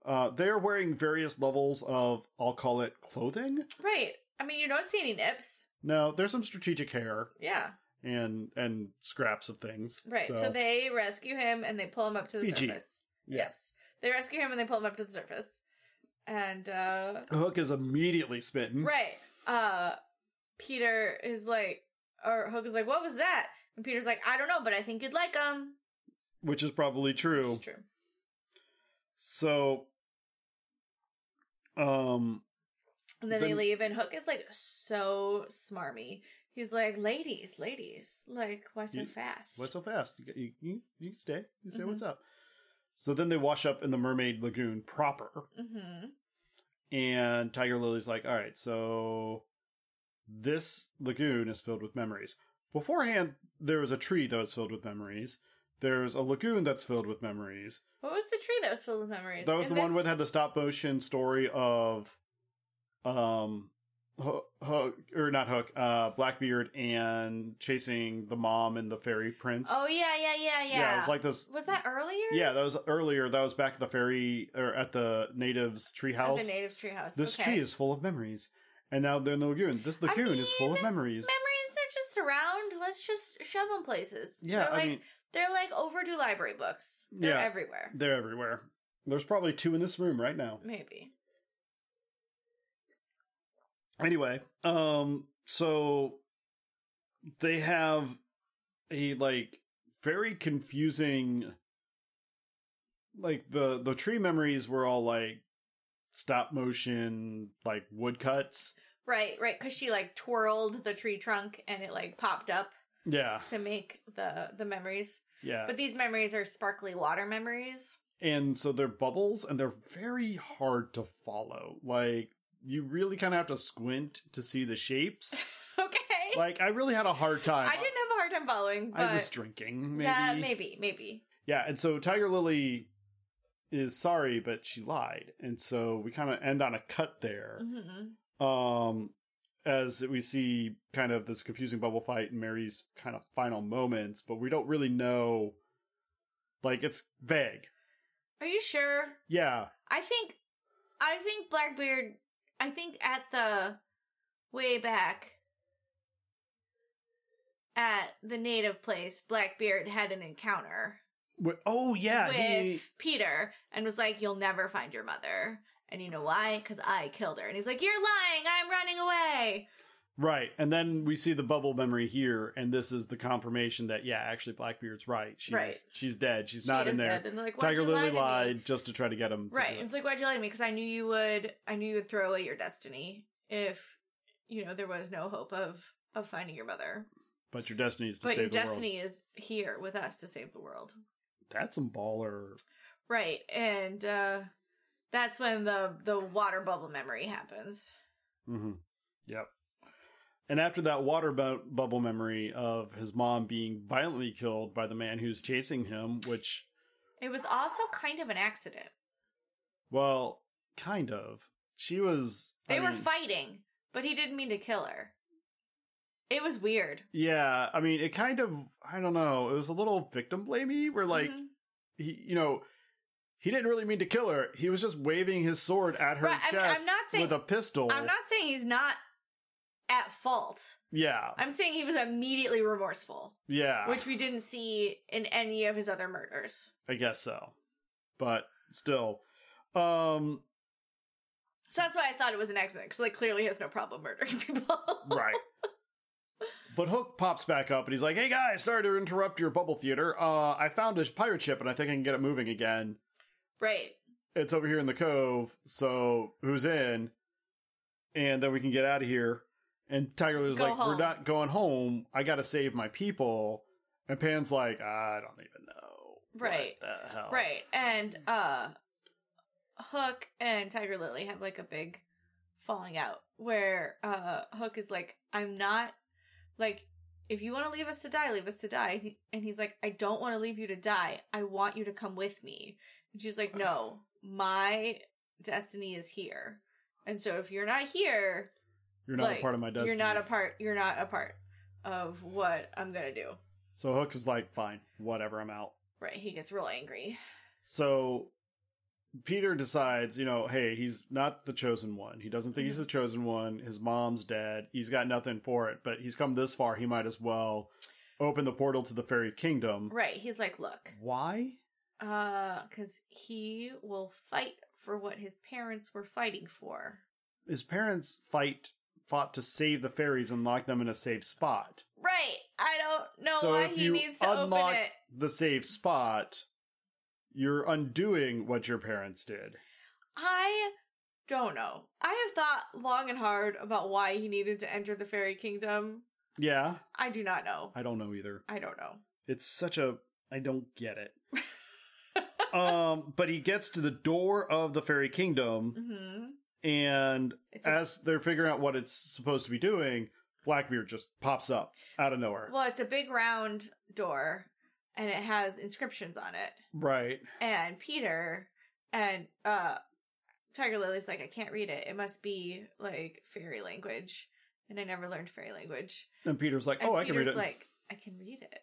S1: uh, they are wearing various levels of I'll call it clothing.
S2: Right. I mean, you don't see any nips.
S1: No, there's some strategic hair
S2: Yeah.
S1: and and scraps of things.
S2: Right. So, they rescue him and they pull him up to the
S1: PG.
S2: surface.
S1: Yeah.
S2: Yes. They rescue him and they pull him up to the surface. And, uh,
S1: Hook is immediately smitten.
S2: Right. Uh Peter is like or Hook is like, "What was that?" And Peter's like, "I don't know, but I think you'd like him."
S1: Which is probably true.
S2: It's true.
S1: So, um,
S2: And then, they
S1: Then-
S2: leave and Hook is like so smarmy. He's like, "Ladies, ladies, like why so
S1: You-
S2: fast?"
S1: what's so fast? You, you, you, you can stay. You can stay.
S2: Mhm.
S1: What's up? So then they wash up in the Mermaid Lagoon proper,
S2: mm-hmm.
S1: and Tiger Lily's like, "All right, so this lagoon is filled with memories. Beforehand, there was a tree that was filled with memories. There's a lagoon that's filled with memories.
S2: What was the tree that was filled with memories?
S1: That was
S2: In
S1: the one
S2: this-
S1: where they had the stop motion story of, um, Hook, Hook or not Hook, uh, Blackbeard and chasing the mom and the fairy prince.
S2: Oh yeah, yeah, yeah, yeah.
S1: it was like this.
S2: Was that earlier?
S1: Yeah, that was earlier. That was back at the fairy or at the natives'
S2: At
S1: treehouse.
S2: the native's treehouse.
S1: this
S2: okay.
S1: tree is full of memories, and now they're in the lagoon. This
S2: I
S1: lagoon is full of
S2: mean,
S1: memories.
S2: Memories are just around. Let's just shove them places.
S1: yeah,
S2: They're
S1: I
S2: like
S1: mean
S2: they're like overdue library books. They're
S1: Yeah.
S2: everywhere.
S1: they're everywhere. There's probably two in this room right now.
S2: Maybe.
S1: Anyway, um, so they have a like very confusing like the the tree memories were all like stop motion like woodcuts.
S2: Right, right. Because she like twirled the tree trunk and it like popped up
S1: Yeah.
S2: to make the the memories.
S1: Yeah.
S2: But these memories are sparkly water memories. [LAUGHS]
S1: and so they're bubbles and they're very hard to follow. Like you really kind of have to squint to see the shapes.
S2: [LAUGHS] Okay.
S1: like I really had a hard time.
S2: I didn't have a hard time following, but
S1: I was drinking, maybe.
S2: that- maybe, maybe.
S1: Yeah, and so Tiger Lily is sorry, but she lied, and so we kind of end on a cut there.
S2: hmm
S1: Um, as we see kind of this confusing bubble fight and Mary's kind of final moments, but we don't really know. Like it's vague.
S2: Are you sure?
S1: Yeah,
S2: I think, I think Blackbeard. I think at the way back at the native place, Blackbeard had an encounter
S1: Wi- Oh yeah,
S2: with
S1: he
S2: Peter and was like, "You'll never find your mother." And you know why? Because I killed her. And he's like, "You're lying. I'm running away."
S1: right. And then we see the bubble memory here, and this is the confirmation that yeah, actually Blackbeard's right. She's
S2: Right.
S1: she's dead. She's
S2: She
S1: not in
S2: is
S1: there.
S2: dead. And they're like, "Why'd
S1: Tiger
S2: you lie
S1: Lily
S2: to me?"
S1: lied just to try to get him. to
S2: Right.
S1: do
S2: and
S1: it.
S2: It's like, why'd you lie to me? Because I knew you would. I knew you would throw away your destiny if you know there was no hope of of finding your mother.
S1: But your destiny is to
S2: but
S1: save
S2: your
S1: the world.
S2: destiny is here with us to save the world.
S1: That's some baller.
S2: Right. And uh that's when the the water bubble memory happens.
S1: hmm Yep. And after that water bu- bubble memory of his mom being violently killed by the man who's chasing him, which,
S2: It was also kind of an accident.
S1: well, kind of. She was. I
S2: They were
S1: mean,
S2: fighting, but he didn't mean to kill her. It was weird.
S1: Yeah, I mean, it kind of. I don't know. It was a little victim blamey. Where like
S2: Mhm.
S1: he, you know, he didn't really mean to kill her. He was just waving his sword at her
S2: Right, I
S1: chest
S2: mean, I'm not saying-
S1: with a pistol.
S2: I'm not saying he's not at fault.
S1: Yeah,
S2: I'm saying he was immediately remorseful.
S1: yeah.
S2: which we didn't see in any of his other murders.
S1: I guess so. But still. Um
S2: So that's why I thought it was an accident, because like clearly he has no problem murdering [LAUGHS] people.
S1: right. but Hook pops back up and he's like, "Hey guys, sorry to interrupt your bubble theater. Uh I found a pirate ship and I think I can get it moving again.
S2: right.
S1: It's over here in the cove, so who's in? And then we can get out of here." And Tiger Lily's
S2: Go
S1: like, "We're
S2: home.
S1: not going home. I got to save my people." And Pan's like, "I don't even know." What
S2: Right.
S1: the hell?"
S2: Right. And uh Hook and Tiger Lily have like a big falling out where uh Hook is like, I'm not like if you want to leave us to die, leave us to die. He- And he's like, I don't want to leave you to die. I want you to come with me. And she's like, No, my destiny is here. And so if you're not here,
S1: You're not
S2: Like,
S1: a part of my destiny.
S2: You're not a part. You're not a part of what I'm gonna do.
S1: So Hook is like, "Fine. Whatever. I'm out."
S2: Right? He gets real angry.
S1: So Peter decides, you know, hey, he's not the chosen one. He doesn't think he's
S2: Mm-hmm.
S1: the chosen one. His mom's dead. He's got nothing for it, but he's come this far. He might as well open the portal to the fairy kingdom.
S2: Right? He's like, look,
S1: Why?
S2: uh, because he will fight for what his parents were fighting for.
S1: His parents fight fought to save the fairies and lock them in a safe spot.
S2: Right? I don't know
S1: So
S2: why
S1: if
S2: he
S1: you
S2: needs to open
S1: unlock-
S2: it.
S1: The safe spot, you're undoing what your parents did.
S2: I don't know. I have thought long and hard about why he needed to enter the fairy kingdom.
S1: Yeah,
S2: I do not know.
S1: I don't know either.
S2: I don't know.
S1: It's such a I don't get
S2: [LAUGHS]
S1: it. um, but he gets to the door of the fairy kingdom,
S2: Mm-hmm.
S1: and
S2: It's a,
S1: as they're figuring out what it's supposed to be doing, Blackbeard just pops up out of nowhere.
S2: well, it's a big round door, and it has inscriptions on it.
S1: right.
S2: and Peter and uh Tiger Lily's like, I can't read it. It must be like fairy language. And I never learned fairy language.
S1: And Peter's like,
S2: And
S1: "Oh, I can
S2: Peter's
S1: read it
S2: like, I can read it.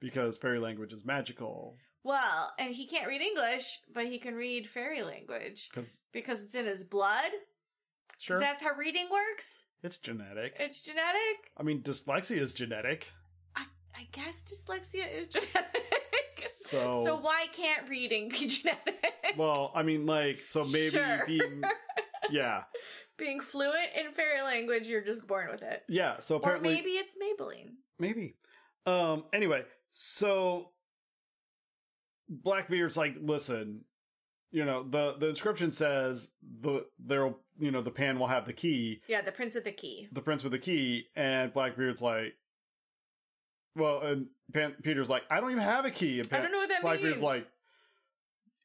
S1: because fairy language is magical."
S2: Well, and he can't read English, but he can read fairy language
S1: Because
S2: because it's in his blood.
S1: sure,
S2: That's how reading works.
S1: it's genetic.
S2: It's genetic. [LAUGHS]
S1: I mean, dyslexia is genetic.
S2: I guess dyslexia is [LAUGHS] genetic.
S1: So,
S2: So why can't reading be [LAUGHS] genetic?
S1: Oh. well, I mean, like, so maybe
S2: Sure. [LAUGHS]
S1: being, yeah,
S2: Being fluent in fairy language, you're just born with it.
S1: yeah. So apparently,
S2: or maybe it's Maybelline.
S1: Maybe. Um. Anyway, so Blackbeard's like, listen, you know the the inscription says the there'll you know the pan will have the key,
S2: Yeah, the prince with the key.
S1: the prince with the key, and Blackbeard's like, well, and pan, Peter's like, I don't even have a key. And
S2: I
S1: Pan-
S2: don't know what that
S1: Blackbeard's
S2: means.
S1: like,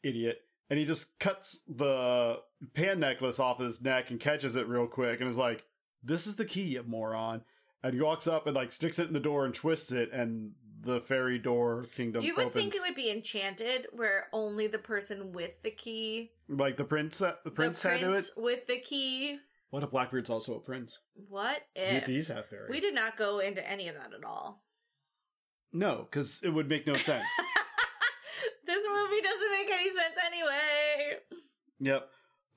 S1: idiot. And he just cuts the pan necklace off his neck and catches it real quick and is like, this is the key, you moron. And he walks up and like sticks it in the door and twists it and the fairy door kingdom
S2: you would
S1: opens.
S2: think it would be enchanted, where only the person with the key,
S1: like the prince, uh, the prince
S2: the
S1: had to do it.
S2: prince with the key.
S1: What if Blackbeard's also a prince?
S2: What
S1: Yeah,
S2: if
S1: These have fairy.
S2: we did not go into any of that at all?
S1: no, because it would
S2: [LAUGHS]
S1: make no sense.
S2: This movie doesn't make any sense anyway.
S1: Yep.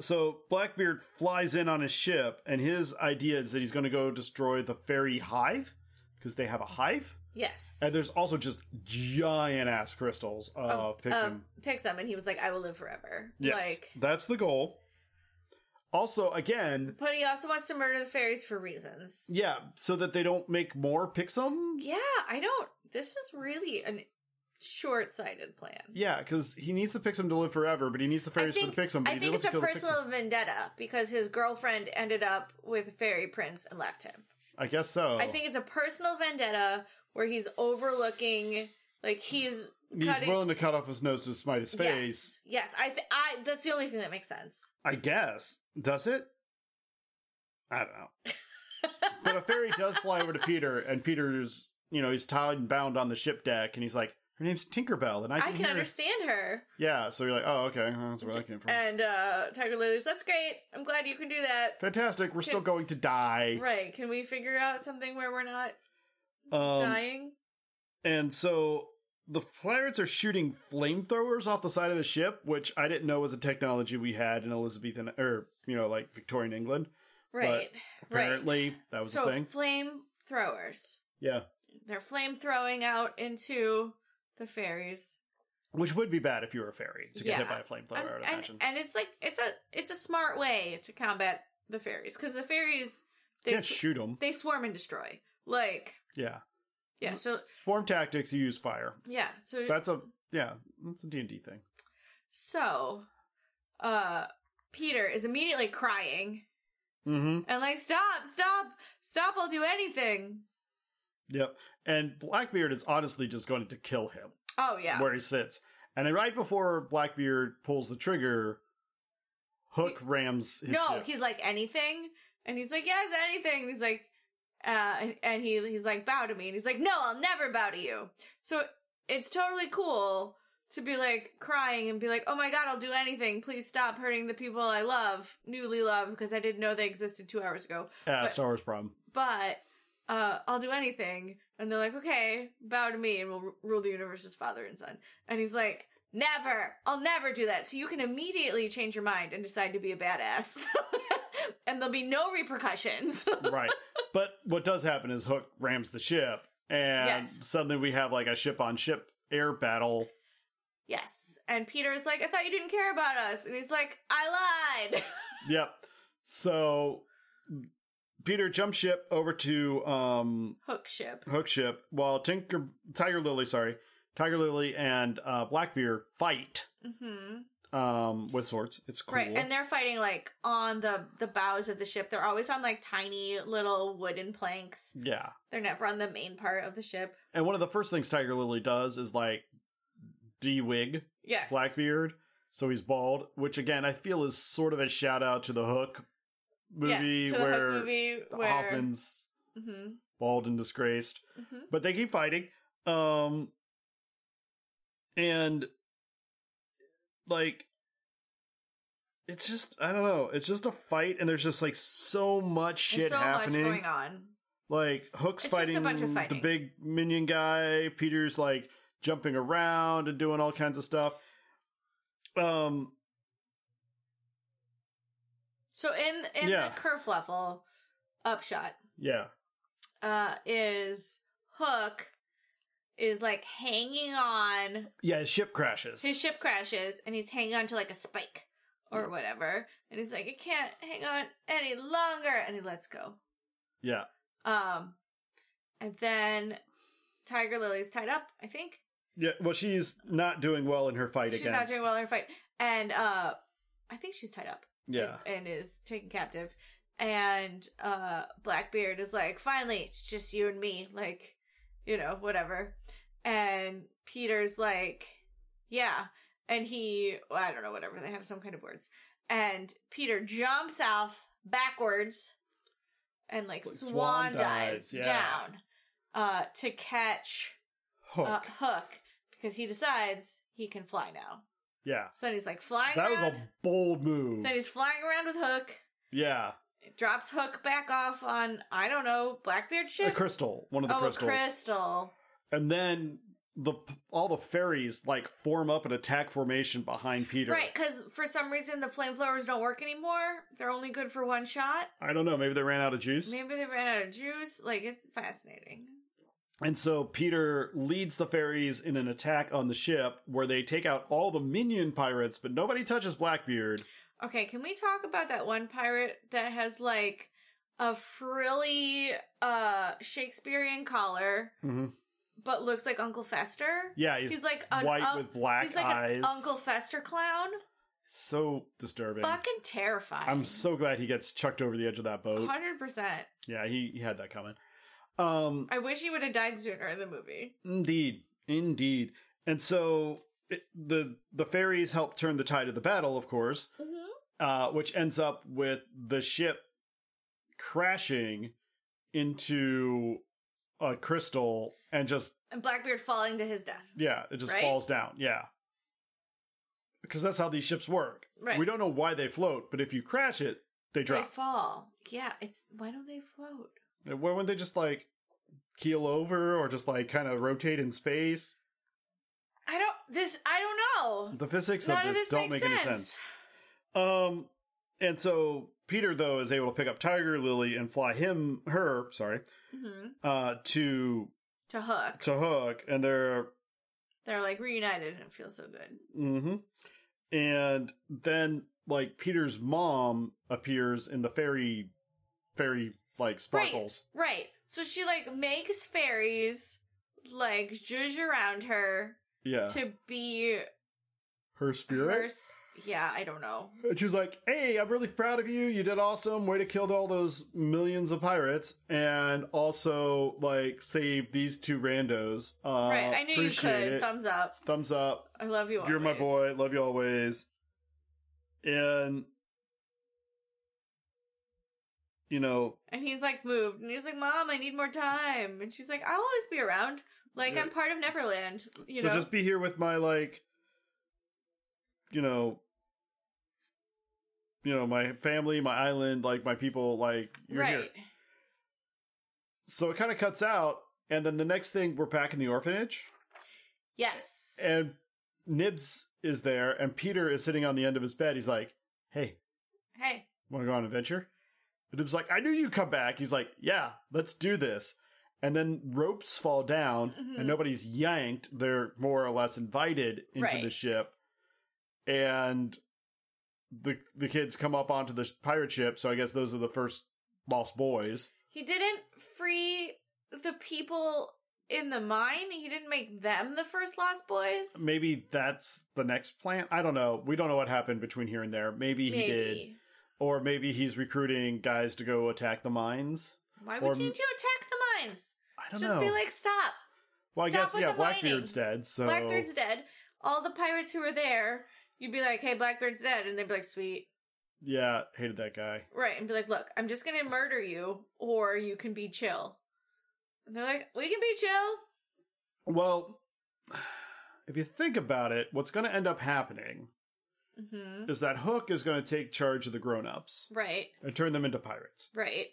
S1: So Blackbeard flies in on his ship, and his idea is that he's going to go destroy the fairy hive because they have a hive,
S2: Yes.
S1: and there's also just giant ass crystals of
S2: Oh,
S1: Pixum.
S2: um, picks him, and he was like, "I will live forever."
S1: yes,
S2: Like,
S1: that's the goal. Also, again,
S2: but he also wants to murder the fairies for reasons.
S1: yeah, so that they don't make more Pixum.
S2: Yeah, I don't. This is really an short-sighted plan.
S1: Yeah, because he needs the Pixum to live forever, but he needs the fairies
S2: think-
S1: for the Pixum. But
S2: I
S1: he
S2: think it's
S1: doesn't kill
S2: a
S1: the Pixum.
S2: personal vendetta because his girlfriend ended up with a fairy prince and left him.
S1: I guess so.
S2: I think it's a personal vendetta where he's overlooking, like he's
S1: he's
S2: cutting-
S1: willing to cut off his nose to smite his face.
S2: Yes, yes. I, th- I. That's the only thing that makes sense.
S1: I guess. Does it? I don't
S2: [LAUGHS]
S1: know. but a fairy does fly over to Peter, and Peter's, you know, he's tied and bound on the ship deck, and he's like, her name's Tinkerbell, and I
S2: I
S1: can,
S2: can,
S1: hear her."
S2: understand her.
S1: Yeah, so you're like, oh, okay, well, that's where that came from.
S2: And uh Tiger Lily's. That's great. I'm glad you can do that.
S1: Fantastic, we're still going to die.
S2: Right? Can we figure out something where we're not
S1: Um,
S2: dying?
S1: and so the pirates are shooting flamethrowers off the side of the ship, which I didn't know was a technology we had in Elizabethan, or, you know, like Victorian England.
S2: Right. Right.
S1: Apparently, that was
S2: So
S1: a thing.
S2: flame throwers.
S1: Yeah.
S2: They're flame throwing out into the fairies.
S1: Which would be bad if you were a fairy to get hit
S2: Yeah.
S1: by a flamethrower, I
S2: Um,
S1: would
S2: and,
S1: imagine.
S2: and it's like it's a it's a smart way to combat the fairies because the fairies they
S1: Can't
S2: sw-
S1: shoot them.
S2: they swarm and destroy. Like
S1: Yeah.
S2: yeah, so
S1: Swarm tactics, you use fire.
S2: yeah, so
S1: That's a, yeah, that's a D&D thing.
S2: so uh Peter is immediately crying
S1: Mm-hmm.
S2: and like stop, stop, stop! I'll do anything.
S1: Yep. And Blackbeard is honestly just going to kill him
S2: Oh yeah,
S1: where he sits. And then right before Blackbeard pulls the trigger, Hook rams his
S2: no,
S1: ship.
S2: he's like anything, and he's like yes, anything. And he's like, uh, and, and he he's like bow to me, and he's like no, I'll never bow to you. So it's totally cool to be like crying and be like, oh my god, I'll do anything. Please stop hurting the people I love, newly love, because I didn't know they existed two hours ago.
S1: Ah,
S2: but-
S1: Star Wars problem.
S2: But uh, I'll do anything, and they're like, okay, bow to me, and we'll r- rule the universe as father and son. And he's like. Never. I'll never do that. So you can immediately change your mind and decide to be a badass. [LAUGHS] and there'll be no repercussions. [LAUGHS]
S1: right. But what does happen is Hook rams the ship, and
S2: Yes.
S1: suddenly we have like a ship on ship air battle.
S2: yes. And Peter's like, I thought you didn't care about us. And he's like, I lied. [LAUGHS]
S1: Yep. So Peter jumps ship over to um
S2: Hook ship.
S1: Hook ship while Tinker Tiger Lily, sorry, Tiger Lily and uh Blackbeard fight
S2: hmm
S1: um with swords. It's cool.
S2: Right. And they're fighting like on the, the bows of the ship. They're always on like tiny little wooden planks.
S1: yeah.
S2: They're never on the main part of the ship.
S1: And one of the first things Tiger Lily does is like de-wig
S2: Yes.
S1: Blackbeard, so he's bald, which again I feel is sort of a shout out to the Hook movie
S2: yes, to the
S1: where
S2: Hook movie where.
S1: Hoffman's
S2: Mhm,
S1: bald and disgraced.
S2: mhm.
S1: but they keep fighting um and like it's just i don't know it's just a fight and there's just like so much
S2: There's
S1: shit
S2: so
S1: happening
S2: much going on.
S1: like hooks
S2: It's just a
S1: fighting,
S2: bunch of
S1: the
S2: fighting.
S1: big minion guy peter's like jumping around and doing all kinds of stuff um
S2: So in in
S1: Yeah.
S2: the kerf level upshot
S1: yeah
S2: uh is Hook is like hanging on.
S1: Yeah, his ship crashes.
S2: His ship crashes and he's hanging on to like a spike or whatever. And he's like, I can't hang on any longer. And he lets go.
S1: yeah.
S2: Um, and then Tiger Lily's tied up, I think.
S1: Yeah. Well, she's not doing well in her fight
S2: She's
S1: against.
S2: not doing well in her fight. And uh, I think she's tied up.
S1: yeah.
S2: and is taken captive. And uh Blackbeard is like, finally, it's just you and me, like, you know, whatever. And Peter's like, yeah. And he, well, I don't know, whatever, they have some kind of words. And Peter jumps off backwards and like,
S1: Like
S2: swan,
S1: swan
S2: dives,
S1: dives, yeah.
S2: down uh to catch
S1: Hook.
S2: Uh, Hook because he decides he can fly now.
S1: yeah.
S2: So then he's like flying
S1: That was
S2: around.
S1: a bold move.
S2: Then he's flying around with Hook.
S1: Yeah.
S2: drops Hook back off on I don't know Blackbeard
S1: A
S2: ship.
S1: crystal. One of the
S2: oh, a
S1: crystals.
S2: crystal.
S1: And then the all the fairies like form up an attack formation behind Peter.
S2: Right, because for some reason the flamethrowers don't work anymore. They're only good for one shot.
S1: I don't know. Maybe they ran out of juice.
S2: Maybe they ran out of juice. Like it's fascinating.
S1: And so Peter leads the fairies in an attack on the ship where they take out all the minion pirates, but nobody touches Blackbeard.
S2: Okay, can we talk about that one pirate that has like a frilly uh Shakespearean collar,
S1: Mm-hmm.
S2: but looks like Uncle Fester?
S1: Yeah, he's,
S2: He's like an
S1: white
S2: un-
S1: with black
S2: he's like
S1: eyes.
S2: an Uncle Fester clown.
S1: So disturbing.
S2: Fucking terrifying.
S1: I'm so glad he gets chucked over the edge of that boat.
S2: hundred percent.
S1: Yeah, he, he had that coming. Um,
S2: I wish he would have died sooner in the movie.
S1: Indeed, indeed. And so it, the the fairies help turn the tide of the battle, of course, uh, which ends up with the ship crashing into a crystal and just
S2: And Blackbeard falling to his death.
S1: yeah, it just
S2: Right?
S1: falls down. Yeah. Because that's how these ships work.
S2: Right.
S1: We don't know why they float, but if you crash it, they
S2: They
S1: drop.
S2: fall. Yeah, it's why don't they float?
S1: Why wouldn't they just like keel over or just like kind of rotate in space?
S2: I don't this I don't know.
S1: The physics
S2: None
S1: of this, don't make any sense. Um, and so Peter though is able to pick up Tiger Lily and fly him, her, sorry,
S2: hmm
S1: uh, to
S2: To Hook.
S1: to Hook, and they're,
S2: They're like reunited and it feels so good.
S1: mm-hmm, and then like Peter's mom appears in the fairy, fairy like sparkles.
S2: Right. So she like makes fairies like zhuzh around her
S1: Yeah,
S2: to be
S1: her
S2: her
S1: spirit.
S2: s- yeah, I don't know.
S1: And she's like, "Hey, I'm really proud of you. You did awesome. Way to kill all those millions of pirates, and also like save these two randos. Uh,
S2: right. I knew you could.
S1: appreciate it.
S2: Thumbs up.
S1: Thumbs up.
S2: I love you.
S1: You're my boy.
S2: always.
S1: Love you always. And you know,
S2: And he's like moved, and he's like, "Mom, I need more time." And she's like, "I'll always be around. Like
S1: Yeah.
S2: I'm part of Neverland. You
S1: so
S2: know,
S1: just be here with my like, you know, you know, my family, my island, like my people, like you're
S2: right?
S1: here. So it kind of cuts out, and then the next thing we're back in the orphanage,
S2: Yes.
S1: and Nibs is there, and Peter is sitting on the end of his bed. He's like, "Hey,
S2: hey,
S1: Want to go on an adventure? And it was like, I knew you'd come back. He's like, Yeah, let's do this. And then ropes fall down
S2: Mhm.
S1: and nobody's yanked. They're more or less invited into
S2: Right.
S1: the ship. And the the kids come up onto the pirate ship. So I guess those are the first lost boys.
S2: he didn't free the people in the mine. He didn't make them the first Lost Boys.
S1: Maybe that's the next plan. I don't know. We don't know what happened between here and there. Maybe, he did. Or maybe he's recruiting guys to go attack the mines.
S2: Why
S1: Or
S2: would you
S1: m-
S2: attack the mines?
S1: I don't
S2: Just
S1: know.
S2: be like, stop.
S1: well, I
S2: stop
S1: guess,
S2: with
S1: yeah,
S2: the mining.
S1: Blackbeard's dead. So
S2: Blackbeard's dead. All the pirates who were there, you'd be like, "Hey, Blackbeard's dead," and they'd be like, "Sweet."
S1: Yeah, hated that guy.
S2: Right, and be like, look, I'm just gonna murder you, or you can be chill. And they're like, we can be chill.
S1: Well, if you think about it, what's going to end up happening
S2: hmm
S1: is that Hook is going to take charge of the grown-ups
S2: Right,
S1: and turn them into pirates.
S2: right.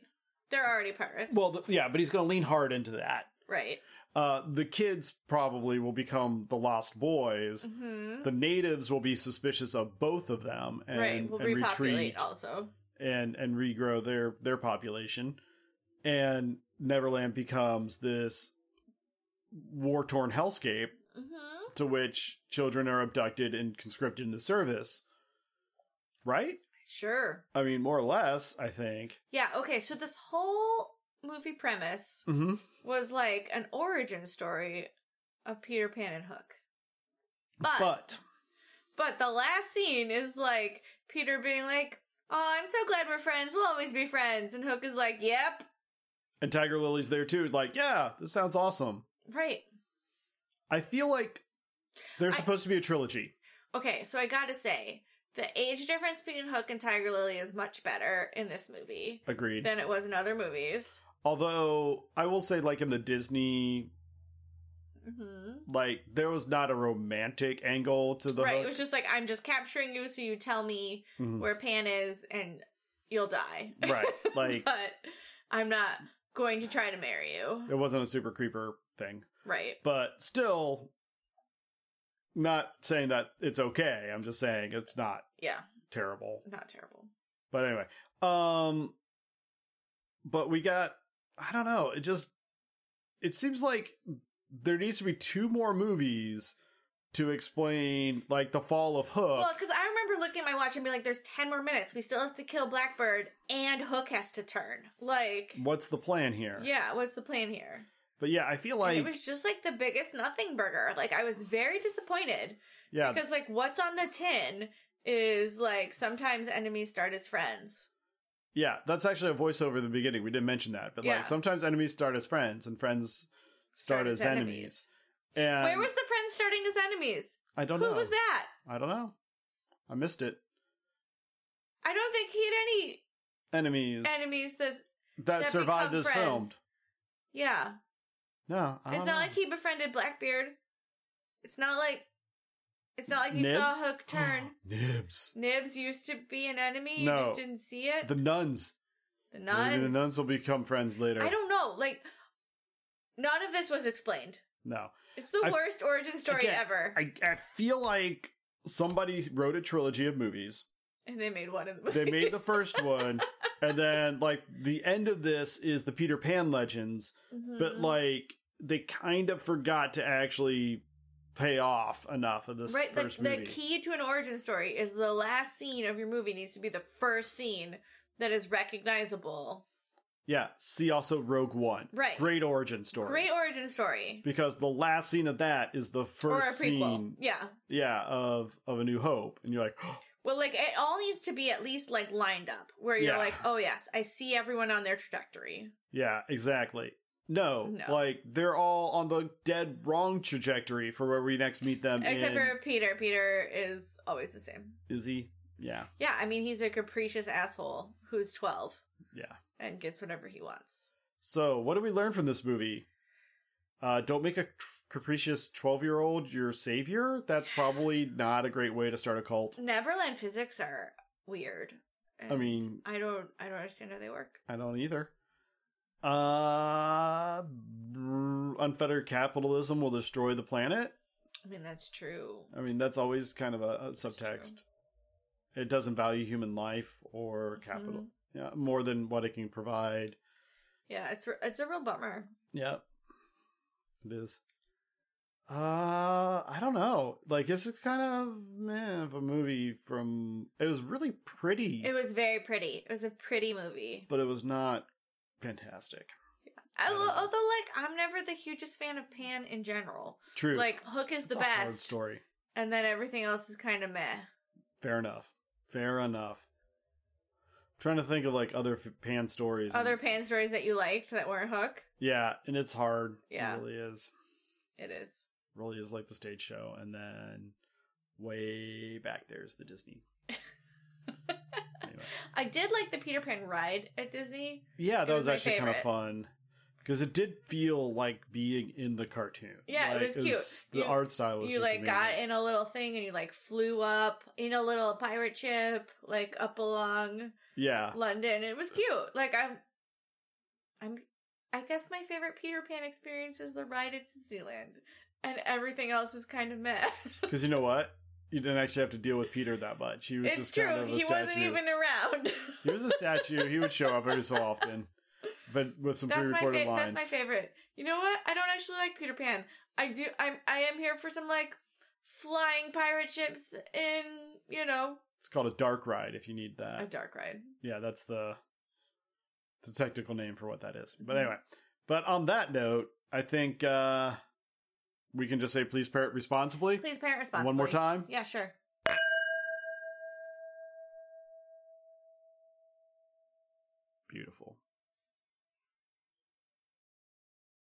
S2: They're already pirates.
S1: Well, th- yeah, but he's going to lean hard into that.
S2: right.
S1: Uh, the kids probably will become the lost boys.
S2: hmm
S1: The natives will be suspicious of both of them and,
S2: right, we'll
S1: and
S2: repopulate
S1: retreat
S2: also.
S1: and and regrow their their population. And Neverland becomes this war torn hellscape
S2: hmm
S1: to which children are abducted and conscripted into service. Right?
S2: Sure.
S1: I mean, more or less, I think.
S2: Yeah, okay, so this whole movie premise
S1: Mm-hmm.
S2: was like an origin story of Peter Pan and Hook. But but,
S1: But
S2: the last scene is like Peter being like, "Oh, I'm so glad we're friends. We'll always be friends." And Hook is like, "Yep,
S1: and Tiger Lily's there too. Like, yeah, this sounds awesome.
S2: right."
S1: I feel like there's
S2: I-
S1: supposed to be a trilogy.
S2: Okay, so I got to say, the age difference between Hook and Tiger Lily is much better in this movie
S1: Agreed.
S2: than it was in other movies.
S1: Although I will say, like in the Disney,
S2: Mhm.
S1: like there was not a romantic angle to the
S2: Right,
S1: hook.
S2: it was just like I'm just capturing you so you tell me
S1: Mhm.
S2: where Pan is and you'll die. [LAUGHS]
S1: right, like
S2: but I'm not going to try to marry you.
S1: it wasn't a super creeper thing,
S2: Right.
S1: but still, not saying that it's okay. I'm just saying it's not
S2: Yeah.
S1: terrible.
S2: Not terrible.
S1: But anyway, um but we got I don't know, it just it seems like there needs to be two more movies to explain like the fall of Hook.
S2: Well, because I remember looking at my watch and being like, there's 10 more minutes. We still have to kill Blackbird and Hook has to turn. Like,
S1: What's the plan here?
S2: yeah, what's the plan here?
S1: But yeah, I feel
S2: And
S1: like
S2: it was just like the biggest nothing burger. Like, I was very disappointed
S1: yeah,
S2: because, like, what's on the tin is like sometimes enemies start as friends.
S1: yeah, that's actually a voiceover at the beginning. We didn't mention that, but
S2: Yeah.
S1: like sometimes enemies start as friends and friends start, as enemies. And
S2: Where was the friends starting as enemies?
S1: I don't
S2: Who
S1: know.
S2: was that?
S1: I don't know. I missed it.
S2: I don't think he had
S1: Enemies
S2: any enemies that
S1: that,
S2: that
S1: survived
S2: become
S1: this
S2: friends.
S1: filmed.
S2: Yeah.
S1: No, I
S2: It's
S1: don't
S2: not
S1: know.
S2: like he befriended Blackbeard. It's not like it's not like you
S1: Nibs? Oh,
S2: saw Hook
S1: [SIGHS]
S2: turn.
S1: Nibs.
S2: Nibs used to be an enemy, you
S1: No.
S2: just didn't see it.
S1: The nuns.
S2: The nuns.
S1: Maybe the nuns will become friends later.
S2: I don't know. Like none of this was explained.
S1: No.
S2: It's the
S1: I-
S2: worst origin story
S1: Again,
S2: ever.
S1: I, I feel like somebody wrote a trilogy of
S2: [LAUGHS]
S1: movies.
S2: and they made one of the
S1: They made the [LAUGHS]
S2: movies.
S1: first one, and then, like, the end of this is the Peter Pan legends, but,
S2: Mhm.
S1: like, they kind of forgot to actually pay off enough of this
S2: Right, the,
S1: first
S2: the
S1: movie.
S2: key to an origin story is the last scene of your movie needs to be the first scene that is recognizable.
S1: yeah. See also Rogue One.
S2: Right.
S1: Great origin story.
S2: Great origin story.
S1: because the last scene of that is the
S2: Or a
S1: first
S2: prequel.
S1: scene
S2: Yeah.
S1: yeah of of a new hope and you're like [GASPS]
S2: Well, like it all needs to be at least like lined up, where you're
S1: Yeah.
S2: like, oh yes, I see everyone on their trajectory.
S1: yeah exactly no,
S2: No.
S1: like they're all on the dead wrong trajectory for where we next meet them
S2: Except
S1: in-
S2: for Peter. Peter is always the same.
S1: is he yeah
S2: Yeah, I mean he's a capricious asshole who's twelve
S1: yeah
S2: and gets whatever he wants.
S1: so what do we learn from this movie uh don't make a tr- capricious 12 year old your savior that's probably
S2: [SIGHS]
S1: not a great way to start a cult
S2: Neverland physics are weird. And
S1: mean-
S2: I don't, I don't understand how they work.
S1: i don't either uh br- unfettered capitalism will destroy the planet
S2: I mean that's true.
S1: I mean, that's always kind of a, a subtext. It doesn't value human life or capital
S2: Mhm.
S1: yeah, more than what it can provide.
S2: Yeah, it's re- it's a real bummer.
S1: Yeah, it is. Uh, I don't know. Like, this is kind of meh of a movie from. It was really pretty,
S2: It was very pretty. It was a pretty movie.
S1: but it was not fantastic.
S2: Although,
S1: don't know.
S2: although, like, I'm never the hugest fan of Pan in general.
S1: True,
S2: Like, Hook is
S1: It's
S2: the
S1: a hard
S2: best.
S1: story.
S2: and then everything else is kind of meh.
S1: Fair enough. Fair enough. trying to think of like other f- pan stories. and-
S2: Other pan stories that you liked that weren't Hook,
S1: yeah, and it's hard.
S2: Yeah.
S1: it really is.
S2: it is.
S1: really is like the stage show and then way back there's the
S2: [LAUGHS]
S1: disney anyway.
S2: I did like the Peter Pan ride at Disney.
S1: yeah that
S2: It
S1: was,
S2: was my
S1: actually kind of
S2: favorite.
S1: fun because it did feel like being in the cartoon
S2: Yeah, it
S1: Like,
S2: was cute.
S1: the
S2: You-
S1: art style was
S2: you
S1: just
S2: like got
S1: amazing.
S2: in a little thing and you like flew up in a little pirate ship, like up along
S1: yeah
S2: London. It was cute. Like I'm, I'm. I guess my favorite Peter Pan experience is the ride at Disneyland, and everything else is kind of meh.
S1: because you know what you didn't actually have to deal with peter that much he was
S2: [LAUGHS] it's
S1: just
S2: true.
S1: kind of a
S2: he
S1: statue
S2: wasn't even around.
S1: he was a statue he would show up every so often but with some
S2: [LAUGHS] That's my
S1: pre-recorded
S2: fa-
S1: lines.
S2: that's my favorite. You know what? I don't actually like Peter Pan. I do. I'm I am here for some like flying pirate ships in you know
S1: it's called a dark ride if you need that.
S2: a dark ride.
S1: yeah, that's the the technical name for what that is.
S2: Mm-hmm.
S1: But anyway, but on that note, I think uh we can just say please parrot responsibly.
S2: Please parent responsibly.
S1: One more time.
S2: Yeah, sure.
S1: Beautiful.